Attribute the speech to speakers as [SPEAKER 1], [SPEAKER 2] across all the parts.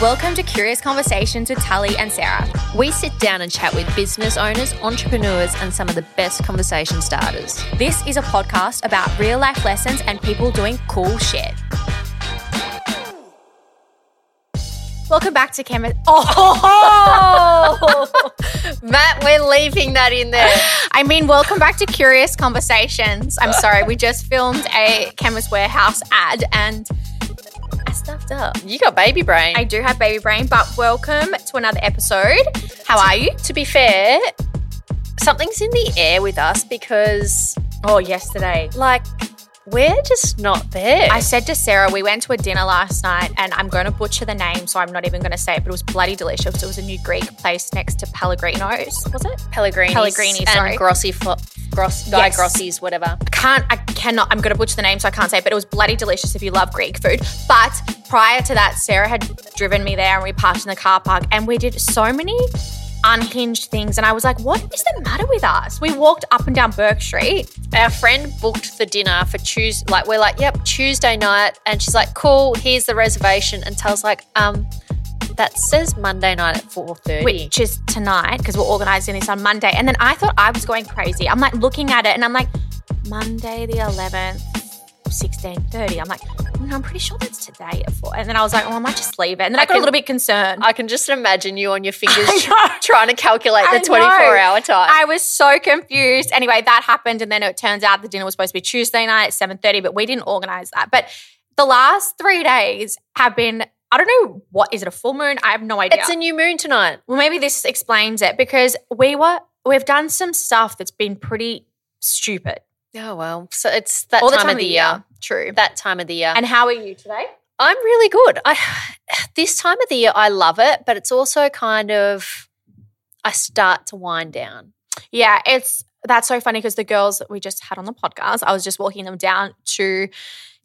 [SPEAKER 1] Welcome to Curious Conversations with Tali and Sarah.
[SPEAKER 2] We sit down and chat with business owners, entrepreneurs, and some of the best conversation starters.
[SPEAKER 1] This is a podcast about real life lessons and people doing cool shit. Welcome back to Camera. Oh,
[SPEAKER 2] Matt, we're leaving that in there.
[SPEAKER 1] I mean, welcome back to Curious Conversations. I'm sorry, we just filmed a Chemist Warehouse ad and I stuffed up.
[SPEAKER 2] You got baby brain.
[SPEAKER 1] I do have baby brain, but welcome to another episode. How are you?
[SPEAKER 2] to be fair, something's in the air with us because,
[SPEAKER 1] Oh, yesterday.
[SPEAKER 2] like, we're just not there.
[SPEAKER 1] I said to Sarah, we went to a dinner last night, and I'm going to butcher the name, so I'm not even going to say it, but it was bloody delicious. It was a new Greek place next to Pellegrino's, was it?
[SPEAKER 2] Pellegrini,
[SPEAKER 1] Pellegrini's,
[SPEAKER 2] and
[SPEAKER 1] sorry.
[SPEAKER 2] Grossi, fo- Gross, Guy
[SPEAKER 1] Yes.
[SPEAKER 2] Grossi's, whatever.
[SPEAKER 1] I can't, I cannot, I'm going to butcher the name, so I can't say it, but it was bloody delicious if you love Greek food. But prior to that, Sarah had driven me there, and we parked in the car park, and we did so many unhinged things. And I was like, what is the matter with us? We walked up and down Burke Street.
[SPEAKER 2] Our friend booked the dinner for Tuesday. Like, we're like, yep, Tuesday night, and she's like, cool. Here's the reservation, and tells like, um, that says Monday night at four thirty.
[SPEAKER 1] which is tonight because we're organizing this on Monday. And then I thought I was going crazy. I'm like looking at it and I'm like, Monday the 11th, 16:30. I'm like, no, I'm pretty sure that's today at four. And then I was like, oh, I might just leave it. And then I,
[SPEAKER 2] I
[SPEAKER 1] got a
[SPEAKER 2] can-
[SPEAKER 1] little bit concerned.
[SPEAKER 2] I can just imagine you on your fingers
[SPEAKER 1] I know.
[SPEAKER 2] trying to calculate
[SPEAKER 1] I
[SPEAKER 2] the
[SPEAKER 1] know.
[SPEAKER 2] 24 hour time.
[SPEAKER 1] I was so confused. Anyway, that happened, and then it turns out the dinner was supposed to be Tuesday night at seven thirty, but we didn't organize that. But the last three days have been. I don't know what is it a full moon? I have no idea.
[SPEAKER 2] it's a new moon tonight.
[SPEAKER 1] Well, maybe this explains it because we were we've done some stuff that's been pretty stupid
[SPEAKER 2] Oh, well. So it's that
[SPEAKER 1] all
[SPEAKER 2] time, of the year.
[SPEAKER 1] True.
[SPEAKER 2] That time of the year.
[SPEAKER 1] And how are you today?
[SPEAKER 2] I'm really good. I This time of the year, I love it, but it's also kind of, I start to wind down.
[SPEAKER 1] Yeah, it's that's so funny because the girls that we just had on the podcast, I was just walking them down to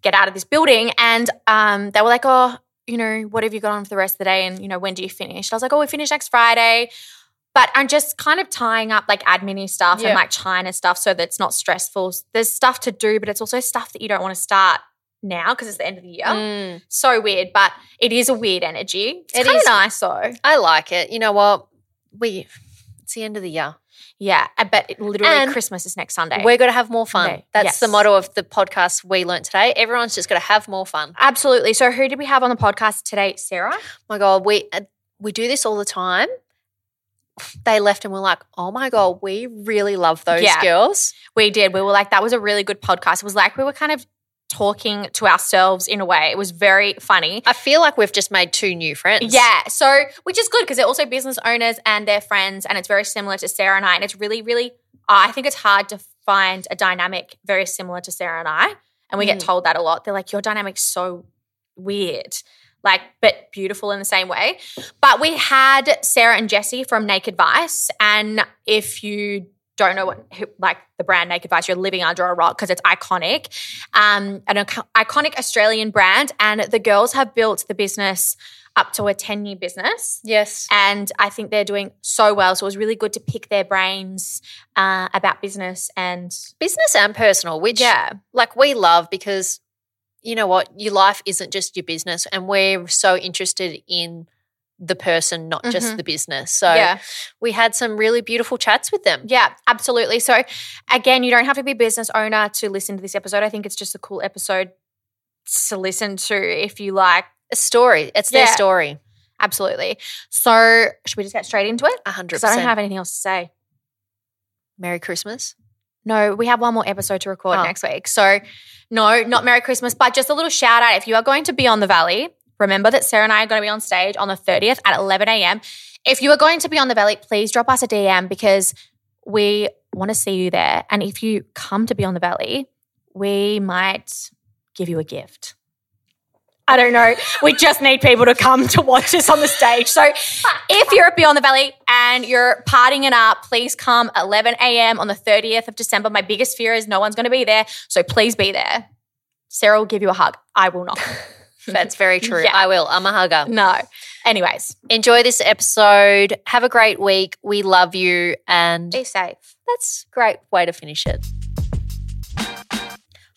[SPEAKER 1] get out of this building, and um, they were like, "Oh, you know, what have you got on for the rest of the day? And you know, when do you finish?" And I was like, "Oh, we finish next Friday." But I'm just kind of tying up like admin stuff
[SPEAKER 2] Yeah.
[SPEAKER 1] and like China stuff so that it's not stressful. There's stuff to do, but it's also stuff that you don't want to start now because it's the end of the year.
[SPEAKER 2] Mm.
[SPEAKER 1] So weird, but it is a weird energy. It's
[SPEAKER 2] It
[SPEAKER 1] kind of
[SPEAKER 2] is.
[SPEAKER 1] nice though.
[SPEAKER 2] I like it. You know what? We, it's the end of the year.
[SPEAKER 1] Yeah, I bet it literally
[SPEAKER 2] And
[SPEAKER 1] Christmas is next Sunday.
[SPEAKER 2] We're going to have more fun.
[SPEAKER 1] Okay.
[SPEAKER 2] That's the
[SPEAKER 1] Yes.
[SPEAKER 2] motto of the podcast we learnt today. Everyone's just going to have more fun.
[SPEAKER 1] Absolutely. So, who did we have on the podcast today? Sarah.
[SPEAKER 2] my god, we uh, we do this all the time. They left and we're like, oh my god, we really love those
[SPEAKER 1] Yeah.
[SPEAKER 2] girls.
[SPEAKER 1] We did. We were like, that was a really good podcast. It was like we were kind of talking to ourselves in a way. It was very funny.
[SPEAKER 2] I feel like we've just made two new friends.
[SPEAKER 1] Yeah. So, which is good because they're also business owners and they're friends, and it's very similar to Sarah and I. And it's really, really, I think it's hard to find a dynamic very similar to Sarah and I. And we get
[SPEAKER 2] Mm.
[SPEAKER 1] told that a lot. They're like, your dynamic's so weird, like, but beautiful in the same way. But we had Sarah and Jesse from Naked Vice. And if you don't know what, who, like, the brand Naked Vice, you're living under a rock because it's iconic, um, an ic- iconic Australian brand. And the girls have built the business up to a 10 year business.
[SPEAKER 2] Yes.
[SPEAKER 1] And I think they're doing so well. So it was really good to pick their brains uh, about business and
[SPEAKER 2] Business and personal, which
[SPEAKER 1] yeah,
[SPEAKER 2] like we love because you know what, your life isn't just your business, and we're so interested in the person, not just
[SPEAKER 1] Mhm.
[SPEAKER 2] the business. So
[SPEAKER 1] yeah.
[SPEAKER 2] we had some really beautiful chats with them.
[SPEAKER 1] Yeah, absolutely. So, again, you don't have to be a business owner to listen to this episode. I think it's just a cool episode to listen to if you like.
[SPEAKER 2] A story. It's their
[SPEAKER 1] Yeah.
[SPEAKER 2] story.
[SPEAKER 1] Absolutely. So, should we just get straight into it?
[SPEAKER 2] A hundred
[SPEAKER 1] Because I
[SPEAKER 2] percent.
[SPEAKER 1] don't have anything else to say.
[SPEAKER 2] Merry Christmas.
[SPEAKER 1] No, we have one more episode to record
[SPEAKER 2] Oh.
[SPEAKER 1] next week. So, no, not Merry Christmas, but just a little shout out. If you are going to be on the Valley, remember that Sarah and I are going to be on stage on the 30th at 11 a.m. If you are going to be on the Valley, please drop us a DM because we want to see you there. And if you come to be on the Valley, we might give you a gift. I don't know. We just need people to come to watch us on the stage. So if you're at Beyond the Valley and you're partying it up, please come 11 a.m. on the 30th of December. My biggest fear is no one's going to be there. So please be there. Sarah will give you a hug. I will not.
[SPEAKER 2] That's very true.
[SPEAKER 1] Yeah.
[SPEAKER 2] I will. I'm a hugger.
[SPEAKER 1] No. Anyways,
[SPEAKER 2] Enjoy this episode. Have a great week. We love you. And
[SPEAKER 1] be safe.
[SPEAKER 2] that's a great way to finish it.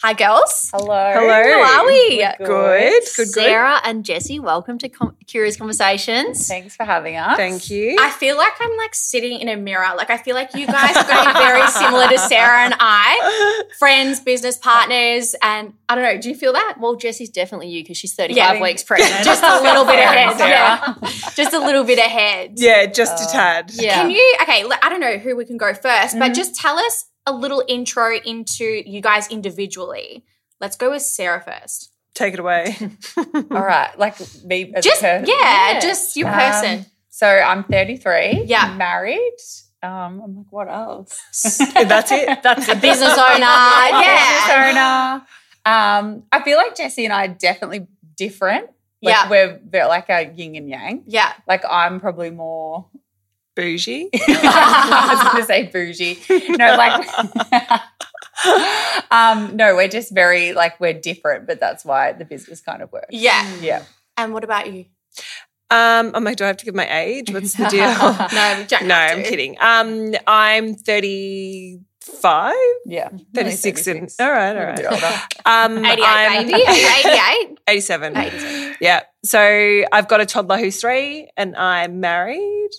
[SPEAKER 1] Hi, girls.
[SPEAKER 3] Hello.
[SPEAKER 1] Hello. How are we?
[SPEAKER 3] We're Good.
[SPEAKER 2] Good, Sarah and Jesse, welcome to Com- Curious Conversations.
[SPEAKER 3] Thanks for having us.
[SPEAKER 4] Thank you.
[SPEAKER 1] I feel like I'm like sitting in a mirror. Like I feel like you guys are going to be very similar to Sarah and I, friends, business partners, and I don't know. Do you feel that?
[SPEAKER 2] Well, Jesse's definitely you because she's 35
[SPEAKER 1] Yeah.
[SPEAKER 2] weeks pregnant.
[SPEAKER 1] Just a little bit
[SPEAKER 3] Sarah
[SPEAKER 1] ahead,
[SPEAKER 3] and
[SPEAKER 1] yeah. Just a little bit ahead.
[SPEAKER 4] yeah, just a
[SPEAKER 3] Uh,
[SPEAKER 4] tad.
[SPEAKER 2] yeah.
[SPEAKER 1] Can you? Okay, l- I don't know who we can go 1st but
[SPEAKER 4] Mhm.
[SPEAKER 1] just tell us a little intro into you guys individually. Let's go with Sarah first.
[SPEAKER 4] Take it away.
[SPEAKER 3] All right. Like me as
[SPEAKER 1] Just
[SPEAKER 3] a person.
[SPEAKER 1] yeah,
[SPEAKER 2] Yeah.
[SPEAKER 1] just your
[SPEAKER 3] Um,
[SPEAKER 1] person.
[SPEAKER 3] So I'm 33.
[SPEAKER 1] Yeah.
[SPEAKER 3] Married. Um, I'm like, what else?
[SPEAKER 4] That's it. That's
[SPEAKER 1] A
[SPEAKER 4] it.
[SPEAKER 1] business owner. yeah.
[SPEAKER 3] Business owner. Um, I feel like Jesse and I are definitely different. Like
[SPEAKER 1] Yeah.
[SPEAKER 3] We're, we're like a yin and yang.
[SPEAKER 1] Yeah.
[SPEAKER 3] Like I'm probably more
[SPEAKER 4] Bougie.
[SPEAKER 3] I was going to say bougie. No, like, um, no, we're just very like we're different, but that's why the business kind of works.
[SPEAKER 4] Mm.
[SPEAKER 1] Yeah.
[SPEAKER 3] Yeah,
[SPEAKER 1] And what about you?
[SPEAKER 4] Um, I'm like, do I have to give my age? What's the deal?
[SPEAKER 1] Oh, No, you don't
[SPEAKER 4] no,
[SPEAKER 1] have
[SPEAKER 4] I'm
[SPEAKER 1] to.
[SPEAKER 4] kidding. Um, I'm 35,
[SPEAKER 3] yeah.
[SPEAKER 4] 36 in. All right, all right.
[SPEAKER 3] right.
[SPEAKER 4] Um,
[SPEAKER 1] 88,
[SPEAKER 4] I'm
[SPEAKER 1] baby. 88.
[SPEAKER 4] 87. Yeah. So I've got a toddler who's three and I'm married.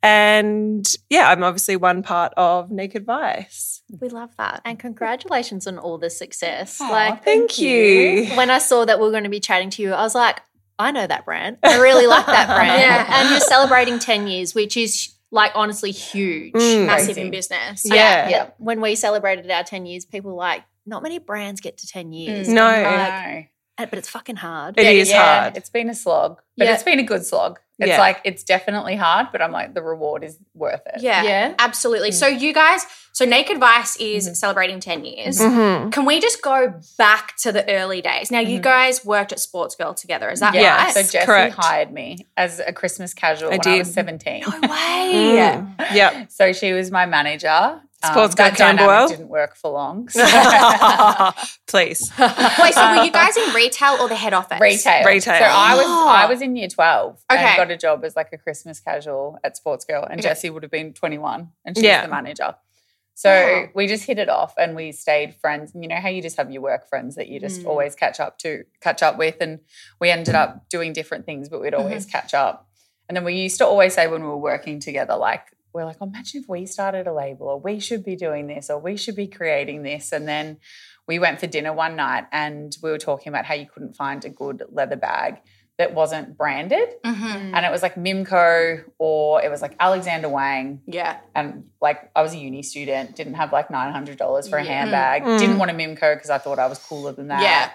[SPEAKER 4] And yeah, I'm obviously one part of Naked Vice.
[SPEAKER 1] We love that.
[SPEAKER 2] and congratulations on all the success.
[SPEAKER 3] Aw,
[SPEAKER 2] Like,
[SPEAKER 4] Thank,
[SPEAKER 3] Thank
[SPEAKER 4] you.
[SPEAKER 3] you.
[SPEAKER 2] when I saw that we were going to be chatting to you, I was like, I know that brand. I really like that brand.
[SPEAKER 1] Yeah.
[SPEAKER 2] And you're celebrating 10 years, which is like honestly huge.
[SPEAKER 4] Mm.
[SPEAKER 1] Massive
[SPEAKER 3] Crazy.
[SPEAKER 1] in business.
[SPEAKER 4] Yeah.
[SPEAKER 3] Yeah.
[SPEAKER 2] When we celebrated our 10 years, people were like, not many brands get to 10 years.
[SPEAKER 1] Mm.
[SPEAKER 4] No,
[SPEAKER 3] I
[SPEAKER 4] it
[SPEAKER 3] know.
[SPEAKER 2] And- But it's fucking hard.
[SPEAKER 4] is
[SPEAKER 3] Yeah, yeah,
[SPEAKER 4] hard.
[SPEAKER 3] It's been a slog, but
[SPEAKER 2] Yeah.
[SPEAKER 3] it's been a good slog. It's
[SPEAKER 4] Yeah.
[SPEAKER 3] like it's definitely hard, but I'm like the reward is worth it.
[SPEAKER 1] Yeah.
[SPEAKER 2] Yeah.
[SPEAKER 4] Mm.
[SPEAKER 1] Absolutely. So you guys, so Naked Vice is
[SPEAKER 4] Mm-hmm.
[SPEAKER 1] celebrating 10 years.
[SPEAKER 4] Mhm.
[SPEAKER 1] Can we just go back to the early days? Now you
[SPEAKER 3] Mhm.
[SPEAKER 1] guys worked at Sports Girl together, is that
[SPEAKER 4] Mm-hmm. Yeah.
[SPEAKER 1] right?
[SPEAKER 3] So Jesse
[SPEAKER 4] correct.
[SPEAKER 3] hired me as a Christmas casual
[SPEAKER 4] I
[SPEAKER 3] when I was
[SPEAKER 4] did.
[SPEAKER 3] 17.
[SPEAKER 1] no way.
[SPEAKER 4] Mm. Yep.
[SPEAKER 3] So she was my manager. Um,
[SPEAKER 4] Sports
[SPEAKER 3] that
[SPEAKER 4] guy Karen
[SPEAKER 3] dynamic
[SPEAKER 4] Boyle?
[SPEAKER 3] didn't work for long. so-
[SPEAKER 4] Please.
[SPEAKER 1] Wait, so were you guys in retail or the head office?
[SPEAKER 3] retail.
[SPEAKER 4] Retail.
[SPEAKER 3] So I was
[SPEAKER 1] Uh, Oh.
[SPEAKER 3] I was in year twelve
[SPEAKER 1] Okay.
[SPEAKER 3] and got a job as like a Christmas casual at Sports Girl, and
[SPEAKER 1] Okay.
[SPEAKER 3] Jessie would have been twenty one, and she
[SPEAKER 4] Yeah.
[SPEAKER 3] was the manager. So
[SPEAKER 1] Wow.
[SPEAKER 3] we just hit it off, and we stayed friends. You know how you just have your work friends that you just
[SPEAKER 1] Mm.
[SPEAKER 3] always catch up to, catch up with, and we ended up doing different things, but we'd always catch up. And then we used to always say when we were working together, like we're like, imagine if we started a label, or we should be doing this, or we should be creating this, and then we went for dinner one night and we were talking about how you couldn't find a good leather bag that wasn't branded.
[SPEAKER 1] Mm-hmm.
[SPEAKER 4] Mm.
[SPEAKER 3] And it was like Mimco or it was like Alexander Wang.
[SPEAKER 1] Yeah.
[SPEAKER 3] And like I was a uni student, didn't have like $900 for a
[SPEAKER 1] Yeah.
[SPEAKER 3] handbag,
[SPEAKER 4] Mm.
[SPEAKER 3] didn't want a Mimco because I thought I was cooler than that.
[SPEAKER 1] Yeah.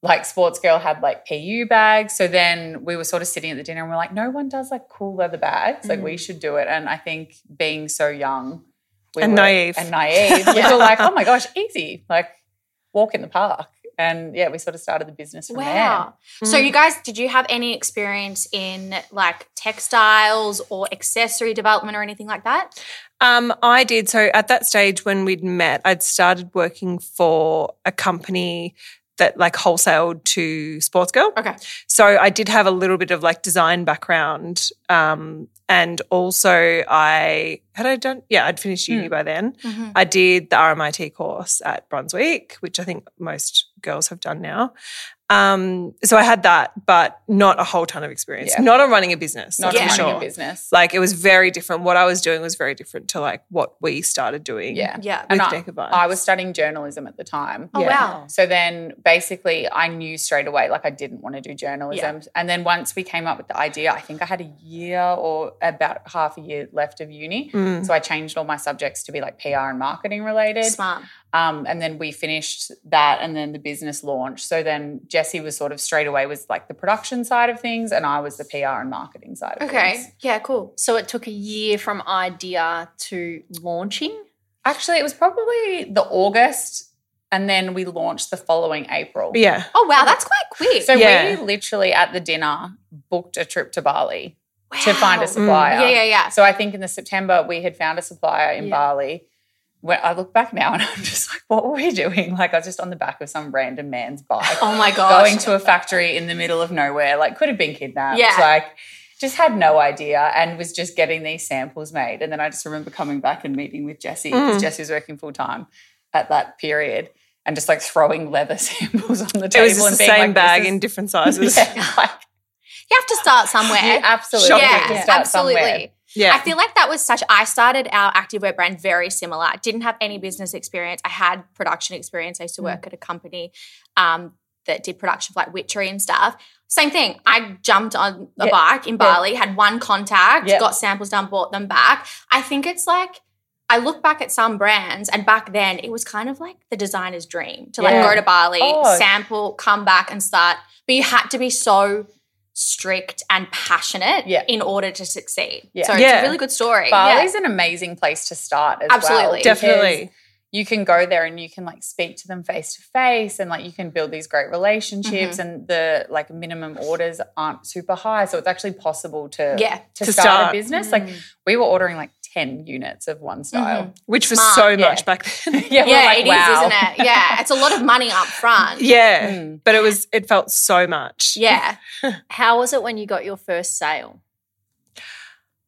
[SPEAKER 3] Like Sports Girl had like PU bags. So then we were sort of sitting at the dinner and we're like, no one does like cool leather bags. Like
[SPEAKER 1] Hmm.
[SPEAKER 3] we should do it. And I think being so young we
[SPEAKER 4] And
[SPEAKER 3] were-
[SPEAKER 4] naive.
[SPEAKER 3] and naive, we
[SPEAKER 4] Yeah.
[SPEAKER 3] were like, oh my gosh, easy. Like walk in the park. And yeah, we sort of started the business from
[SPEAKER 1] Wow. So
[SPEAKER 4] Mm.
[SPEAKER 1] you guys, did you have any experience in like textiles or accessory development or anything like that?
[SPEAKER 4] Um, I did. So at that stage when we'd met, I'd started working for a company that like wholesaled to Sports Girl.
[SPEAKER 1] Okay.
[SPEAKER 4] So I did have a little bit of like design background. Um, and also I had I done yeah, I'd finished
[SPEAKER 3] Hmm.
[SPEAKER 4] uni by then.
[SPEAKER 3] Mm-hmm.
[SPEAKER 1] Mhm.
[SPEAKER 4] I did the RMIT course at Brunswick, which I think most girls have done now. Um, so I had that, but not a whole ton of experience.
[SPEAKER 3] Yeah.
[SPEAKER 4] Not on running a business.
[SPEAKER 3] there. Not
[SPEAKER 4] that's
[SPEAKER 1] Yeah.
[SPEAKER 3] running
[SPEAKER 4] for
[SPEAKER 3] a
[SPEAKER 4] sure.
[SPEAKER 3] business.
[SPEAKER 4] Like it was very different. What I was doing was very different to like what we started doing.
[SPEAKER 3] Yeah.
[SPEAKER 1] Yeah.
[SPEAKER 4] With
[SPEAKER 3] And I-
[SPEAKER 4] Jacob Vines.
[SPEAKER 3] I was studying journalism at the time.
[SPEAKER 1] Oh
[SPEAKER 4] Yeah.
[SPEAKER 1] wow.
[SPEAKER 3] So then basically I knew straight away like I didn't want to do journalism. And then once we came up with the idea, I think I had a year or about half a year left of uni.
[SPEAKER 4] Mm.
[SPEAKER 3] So I changed all my subjects to be like PR and marketing related.
[SPEAKER 1] Smart.
[SPEAKER 3] Um, and then we finished that and then the business launch. So then Jesse was sort of straight away was like the production side of things and I was the PR and marketing side of
[SPEAKER 1] Okay.
[SPEAKER 3] things.
[SPEAKER 1] Yeah, cool.
[SPEAKER 2] So it took a year from idea to launching.
[SPEAKER 3] Actually, it was probably the August and then we launched the following April.
[SPEAKER 4] Yeah.
[SPEAKER 1] Oh wow, that's quite quick.
[SPEAKER 3] So
[SPEAKER 4] Yeah.
[SPEAKER 3] we literally at the dinner booked a trip to Bali to
[SPEAKER 1] Wow. Mm.
[SPEAKER 3] find a supplier.
[SPEAKER 1] Yeah, yeah, yeah.
[SPEAKER 3] So I think in the September we had found a supplier in
[SPEAKER 1] Yeah.
[SPEAKER 3] Bali. When I look back now and I'm just like, what were we doing? Like I was just on the back of some random man's bike,
[SPEAKER 1] Oh my gosh.
[SPEAKER 3] going to a factory in the middle of nowhere. Like could have been kidnapped.
[SPEAKER 1] Yeah.
[SPEAKER 3] Like just had no idea and was just getting these samples made. And then I just remember coming back and meeting with Jesse because
[SPEAKER 4] Mm.
[SPEAKER 3] Jesse was working full time at that period. And just like throwing leather samples on the
[SPEAKER 4] It
[SPEAKER 3] table
[SPEAKER 4] was just
[SPEAKER 3] and
[SPEAKER 4] the
[SPEAKER 3] being
[SPEAKER 4] same
[SPEAKER 3] like,
[SPEAKER 4] bag
[SPEAKER 3] this is-
[SPEAKER 4] in different sizes. Yeah.
[SPEAKER 3] yeah, like,
[SPEAKER 1] you have to start somewhere.
[SPEAKER 3] you absolutely
[SPEAKER 4] Shopping.
[SPEAKER 3] need to
[SPEAKER 1] yeah,
[SPEAKER 3] start
[SPEAKER 1] absolutely.
[SPEAKER 3] somewhere.
[SPEAKER 1] I feel like that was such. I started our activewear brand very similar. I didn't have any business experience. I had production experience. I used to work
[SPEAKER 3] Mm.
[SPEAKER 1] at a company um, that did production for like witchery and stuff. Same thing. I jumped on a
[SPEAKER 3] Yeah.
[SPEAKER 1] bike in Bali, had one contact,
[SPEAKER 3] Yeah.
[SPEAKER 1] got samples done, bought them back. I think it's like. I look back at some brands, and back then it was kind of like the designer's dream to like
[SPEAKER 4] Yeah.
[SPEAKER 1] go to Bali,
[SPEAKER 3] Oh.
[SPEAKER 1] sample, come back, and start. But you had to be so strict and passionate
[SPEAKER 3] Yeah.
[SPEAKER 1] in order to succeed.
[SPEAKER 3] Yeah.
[SPEAKER 1] So it's
[SPEAKER 4] Yeah.
[SPEAKER 1] a really good story.
[SPEAKER 3] Bali's an amazing place to start as well.
[SPEAKER 1] Absolutely.
[SPEAKER 3] because
[SPEAKER 4] Definitely.
[SPEAKER 3] You can go there and you can like speak to them face to face and like you can build these great relationships
[SPEAKER 1] Mm-hmm.
[SPEAKER 3] and the like minimum orders aren't super high. So it's actually possible to
[SPEAKER 1] Yeah. Mm.
[SPEAKER 3] to,
[SPEAKER 4] To
[SPEAKER 3] start,
[SPEAKER 4] start.
[SPEAKER 3] a business. Like we were ordering like 10 units of one style.
[SPEAKER 4] Which was
[SPEAKER 1] Smart,
[SPEAKER 4] so
[SPEAKER 3] yeah.
[SPEAKER 4] much back then.
[SPEAKER 3] Yeah,
[SPEAKER 1] Mm-hmm. yeah, it is, isn't it? Yeah, it's a lot of money up front.
[SPEAKER 4] yeah.
[SPEAKER 3] Mm.
[SPEAKER 4] But it was it felt so much.
[SPEAKER 1] Yeah.
[SPEAKER 2] How was it when you got your first sale?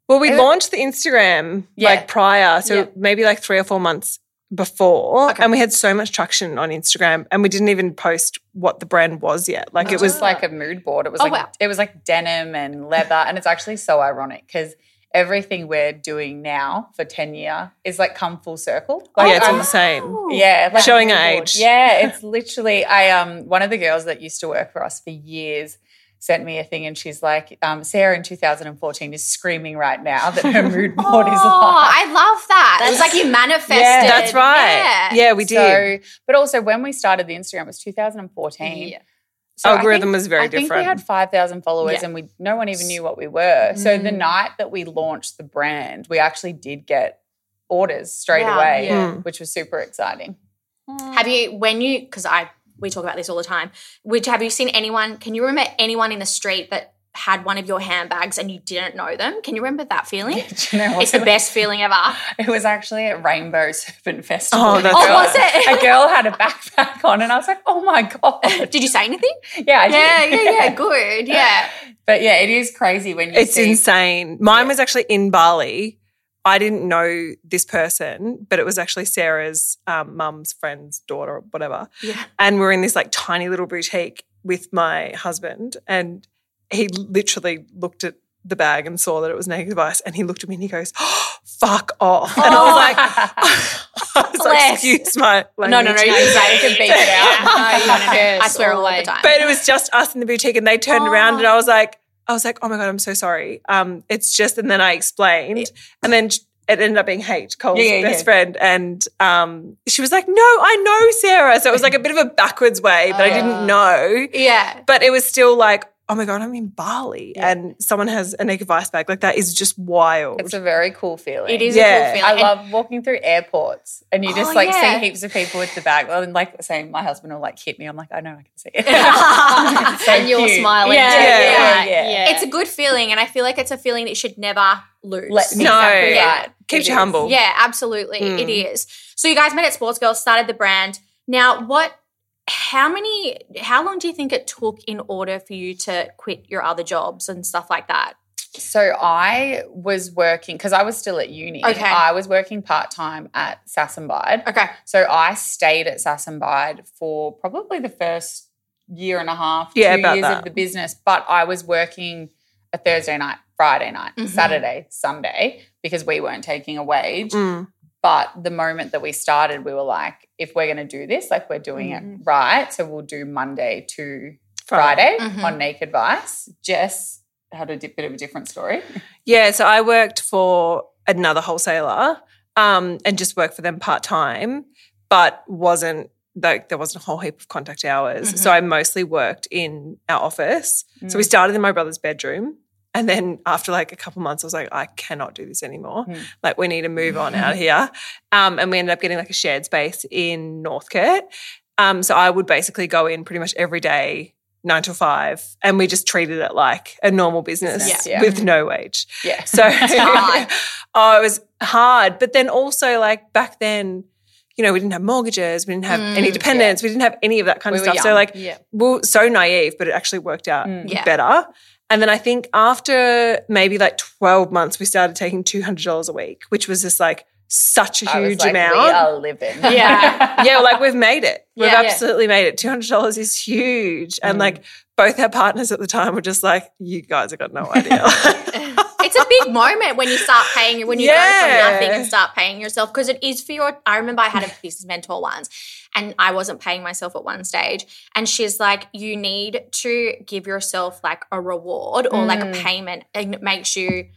[SPEAKER 4] Well, we
[SPEAKER 3] It-
[SPEAKER 4] launched the Instagram
[SPEAKER 3] Yeah.
[SPEAKER 4] like prior, so
[SPEAKER 3] Yeah.
[SPEAKER 4] maybe like three or four months before,
[SPEAKER 1] Okay.
[SPEAKER 4] and we had so much traction on Instagram, and we didn't even post what the brand was yet. Like
[SPEAKER 3] It
[SPEAKER 4] it
[SPEAKER 3] was
[SPEAKER 4] was
[SPEAKER 3] just like a mood board. It was
[SPEAKER 1] Oh,
[SPEAKER 3] like
[SPEAKER 1] wow.
[SPEAKER 3] it was like denim and leather, and it's actually so ironic because everything we're doing now for ten year is like come full circle. Like,
[SPEAKER 4] Oh, yeah, it's all
[SPEAKER 3] I'm-
[SPEAKER 4] the same.
[SPEAKER 3] Yeah, like-
[SPEAKER 4] Showing our age.
[SPEAKER 3] Yeah, it's literally. I um one of the girls that used to work for us for years sent me a thing, and she's like, um, "Sarah in 2014 is screaming right now that her mood
[SPEAKER 1] Oh,
[SPEAKER 3] board is live."
[SPEAKER 1] I love that. It's like you manifested.
[SPEAKER 3] Yeah,
[SPEAKER 4] That's right.
[SPEAKER 1] Yeah.
[SPEAKER 4] Yeah, we did.
[SPEAKER 3] So, but also when we started the Instagram, it was 2014.
[SPEAKER 2] Yeah.
[SPEAKER 3] So I
[SPEAKER 4] Algorithm
[SPEAKER 3] think-
[SPEAKER 4] was very
[SPEAKER 3] I think we
[SPEAKER 4] different.
[SPEAKER 3] had five thousand followers,
[SPEAKER 1] Yeah.
[SPEAKER 3] and we no one even knew what we were. So the
[SPEAKER 1] Mm.
[SPEAKER 3] night that we launched the brand, we actually did get orders straight
[SPEAKER 1] Wow,
[SPEAKER 3] away,
[SPEAKER 4] yeah.
[SPEAKER 3] which was super exciting.
[SPEAKER 1] Have you when you because I we talk about this all the time. Would have you seen anyone? Can you remember anyone in the street that had one of your handbags and you didn't know them? Can you remember that feeling?
[SPEAKER 3] Do you know what?
[SPEAKER 1] It's the best feeling ever.
[SPEAKER 3] It was actually at Rainbow Serpent Festival.
[SPEAKER 4] Oh,
[SPEAKER 3] A
[SPEAKER 4] that's
[SPEAKER 1] Oh,
[SPEAKER 3] girl-
[SPEAKER 1] was it?
[SPEAKER 3] A girl had a backpack on, and I was like, "Oh my god!"
[SPEAKER 1] Did you say anything?
[SPEAKER 3] Yeah, I
[SPEAKER 1] Yeah,
[SPEAKER 3] did.
[SPEAKER 1] yeah, yeah. Good. Yeah.
[SPEAKER 3] But yeah, it is crazy when you
[SPEAKER 4] It's
[SPEAKER 3] see.
[SPEAKER 4] insane. Mine was actually in Bali. I didn't know this person, but it was actually Sarah's um, mum's friend's daughter or whatever.
[SPEAKER 1] Yeah.
[SPEAKER 4] And we're in this like tiny little boutique with my husband. And he literally looked at the bag and saw that it was Naked Vice. And he looked at me and he goes, oh, fuck off. And I was like, I was like,
[SPEAKER 1] Oh. Bless.
[SPEAKER 4] excuse my
[SPEAKER 1] No, no, no.
[SPEAKER 4] language.
[SPEAKER 1] You can
[SPEAKER 3] You can beat it out.
[SPEAKER 1] I
[SPEAKER 2] Curse
[SPEAKER 1] swear all the
[SPEAKER 2] always.
[SPEAKER 1] time.
[SPEAKER 4] But it was just us in the boutique, and they turned around, and I was like, I was like, oh my god, I'm so sorry. Um, it's just, and then I explained, and then it ended up being Hate Cole's
[SPEAKER 3] Yeah, yeah,
[SPEAKER 4] best
[SPEAKER 3] yeah.
[SPEAKER 4] friend, and um, she was like, no, I know Sarah, so it was like a bit of a backwards way that I
[SPEAKER 3] Oh,
[SPEAKER 4] didn't know,
[SPEAKER 1] yeah.
[SPEAKER 4] but it was still like. Oh my god! I'm in Bali, and someone has a naked vice bag like that is just wild.
[SPEAKER 3] It's a very cool feeling.
[SPEAKER 1] It is a
[SPEAKER 4] Yeah.
[SPEAKER 1] cool feeling.
[SPEAKER 3] I
[SPEAKER 1] And-
[SPEAKER 3] love walking through airports and you just
[SPEAKER 1] Oh,
[SPEAKER 3] like
[SPEAKER 1] yeah.
[SPEAKER 3] see heaps of people with the bag. And like saying my husband will like hit me. I'm like, I know I can see it. It's so
[SPEAKER 2] and you're
[SPEAKER 3] cute.
[SPEAKER 2] smiling.
[SPEAKER 1] Yeah,
[SPEAKER 2] too,
[SPEAKER 4] yeah,
[SPEAKER 2] right?
[SPEAKER 3] yeah.
[SPEAKER 1] It's a good feeling, and I feel like it's a feeling that you should never lose.
[SPEAKER 3] Let-
[SPEAKER 4] no,
[SPEAKER 3] Exactly
[SPEAKER 1] right.
[SPEAKER 4] keeps
[SPEAKER 3] It
[SPEAKER 4] you
[SPEAKER 3] is.
[SPEAKER 4] humble.
[SPEAKER 1] yeah, absolutely,
[SPEAKER 4] Mm.
[SPEAKER 1] it
[SPEAKER 3] Hmm.
[SPEAKER 1] is. So you guys met at Sports Girls, started the brand. Now, what? How many? How long do you think it took in order for you to quit your other jobs and stuff like that?
[SPEAKER 3] So I was working because I was still at uni.
[SPEAKER 1] Okay.
[SPEAKER 3] I was working part time at Sassenbide.
[SPEAKER 1] Okay,
[SPEAKER 3] So I stayed at Sassenbide for probably the first year and a half,
[SPEAKER 4] Yeah,
[SPEAKER 3] two
[SPEAKER 4] about
[SPEAKER 3] years
[SPEAKER 4] that.
[SPEAKER 3] of the business. But I was working a Thursday night, Friday night,
[SPEAKER 1] Mhm.
[SPEAKER 3] Saturday, Sunday because we weren't taking a wage.
[SPEAKER 4] Mm.
[SPEAKER 3] But the moment that we started, we were like, if we're going to do this, like we're doing
[SPEAKER 4] Mm-hmm.
[SPEAKER 3] it right. So we'll do Monday to Friday
[SPEAKER 1] Mhm.
[SPEAKER 3] on Naked Vice. Jess had a di- bit of a different story.
[SPEAKER 4] Yeah, so I worked for another wholesaler um, and just worked for them part time, but wasn't like there wasn't a whole heap of
[SPEAKER 3] Mm-hmm. Mm.
[SPEAKER 4] contact hours. So I mostly worked in our office. So we started in my brother's bedroom And then after like a couple months, I was like, I cannot do this anymore.
[SPEAKER 3] Mm.
[SPEAKER 4] Like, we need to move on out of here. Um, and we ended up getting like a shared space in Northcote. Um, so I would basically go in pretty much every day, nine till five, and we just treated it like a normal business
[SPEAKER 3] Business, yeah.
[SPEAKER 4] with no wage.
[SPEAKER 3] Yeah.
[SPEAKER 4] So
[SPEAKER 1] hard.
[SPEAKER 4] oh, it was hard. But then also like back then, you know, we didn't have mortgages, we didn't have
[SPEAKER 1] Mm,
[SPEAKER 4] any dependents, we didn't have any of that kind
[SPEAKER 3] We
[SPEAKER 4] of
[SPEAKER 3] were
[SPEAKER 4] stuff. So
[SPEAKER 3] young.
[SPEAKER 4] like
[SPEAKER 2] Yeah.
[SPEAKER 4] we we're so naive, but it actually worked out
[SPEAKER 3] Mm.
[SPEAKER 1] Yeah.
[SPEAKER 4] better. And then I think after maybe like 12 months, we started taking $200 a week, which was just like such a
[SPEAKER 3] I was
[SPEAKER 4] huge
[SPEAKER 3] like,
[SPEAKER 4] amount.
[SPEAKER 3] We are living.
[SPEAKER 1] Yeah.
[SPEAKER 4] yeah, like we've made it. We've
[SPEAKER 1] Yeah.
[SPEAKER 4] absolutely made it. $200 is huge. And
[SPEAKER 3] Mm.
[SPEAKER 4] like both our partners at the time were just like, you guys have got no idea.
[SPEAKER 1] it's a big moment when you start paying when you
[SPEAKER 4] Yeah.
[SPEAKER 1] go from nothing and start paying yourself because it is for your I remember I had a business mentor once and I wasn't paying myself at one stage and she's like you need to give yourself like a reward or like a
[SPEAKER 3] Mm.
[SPEAKER 1] payment and it makes you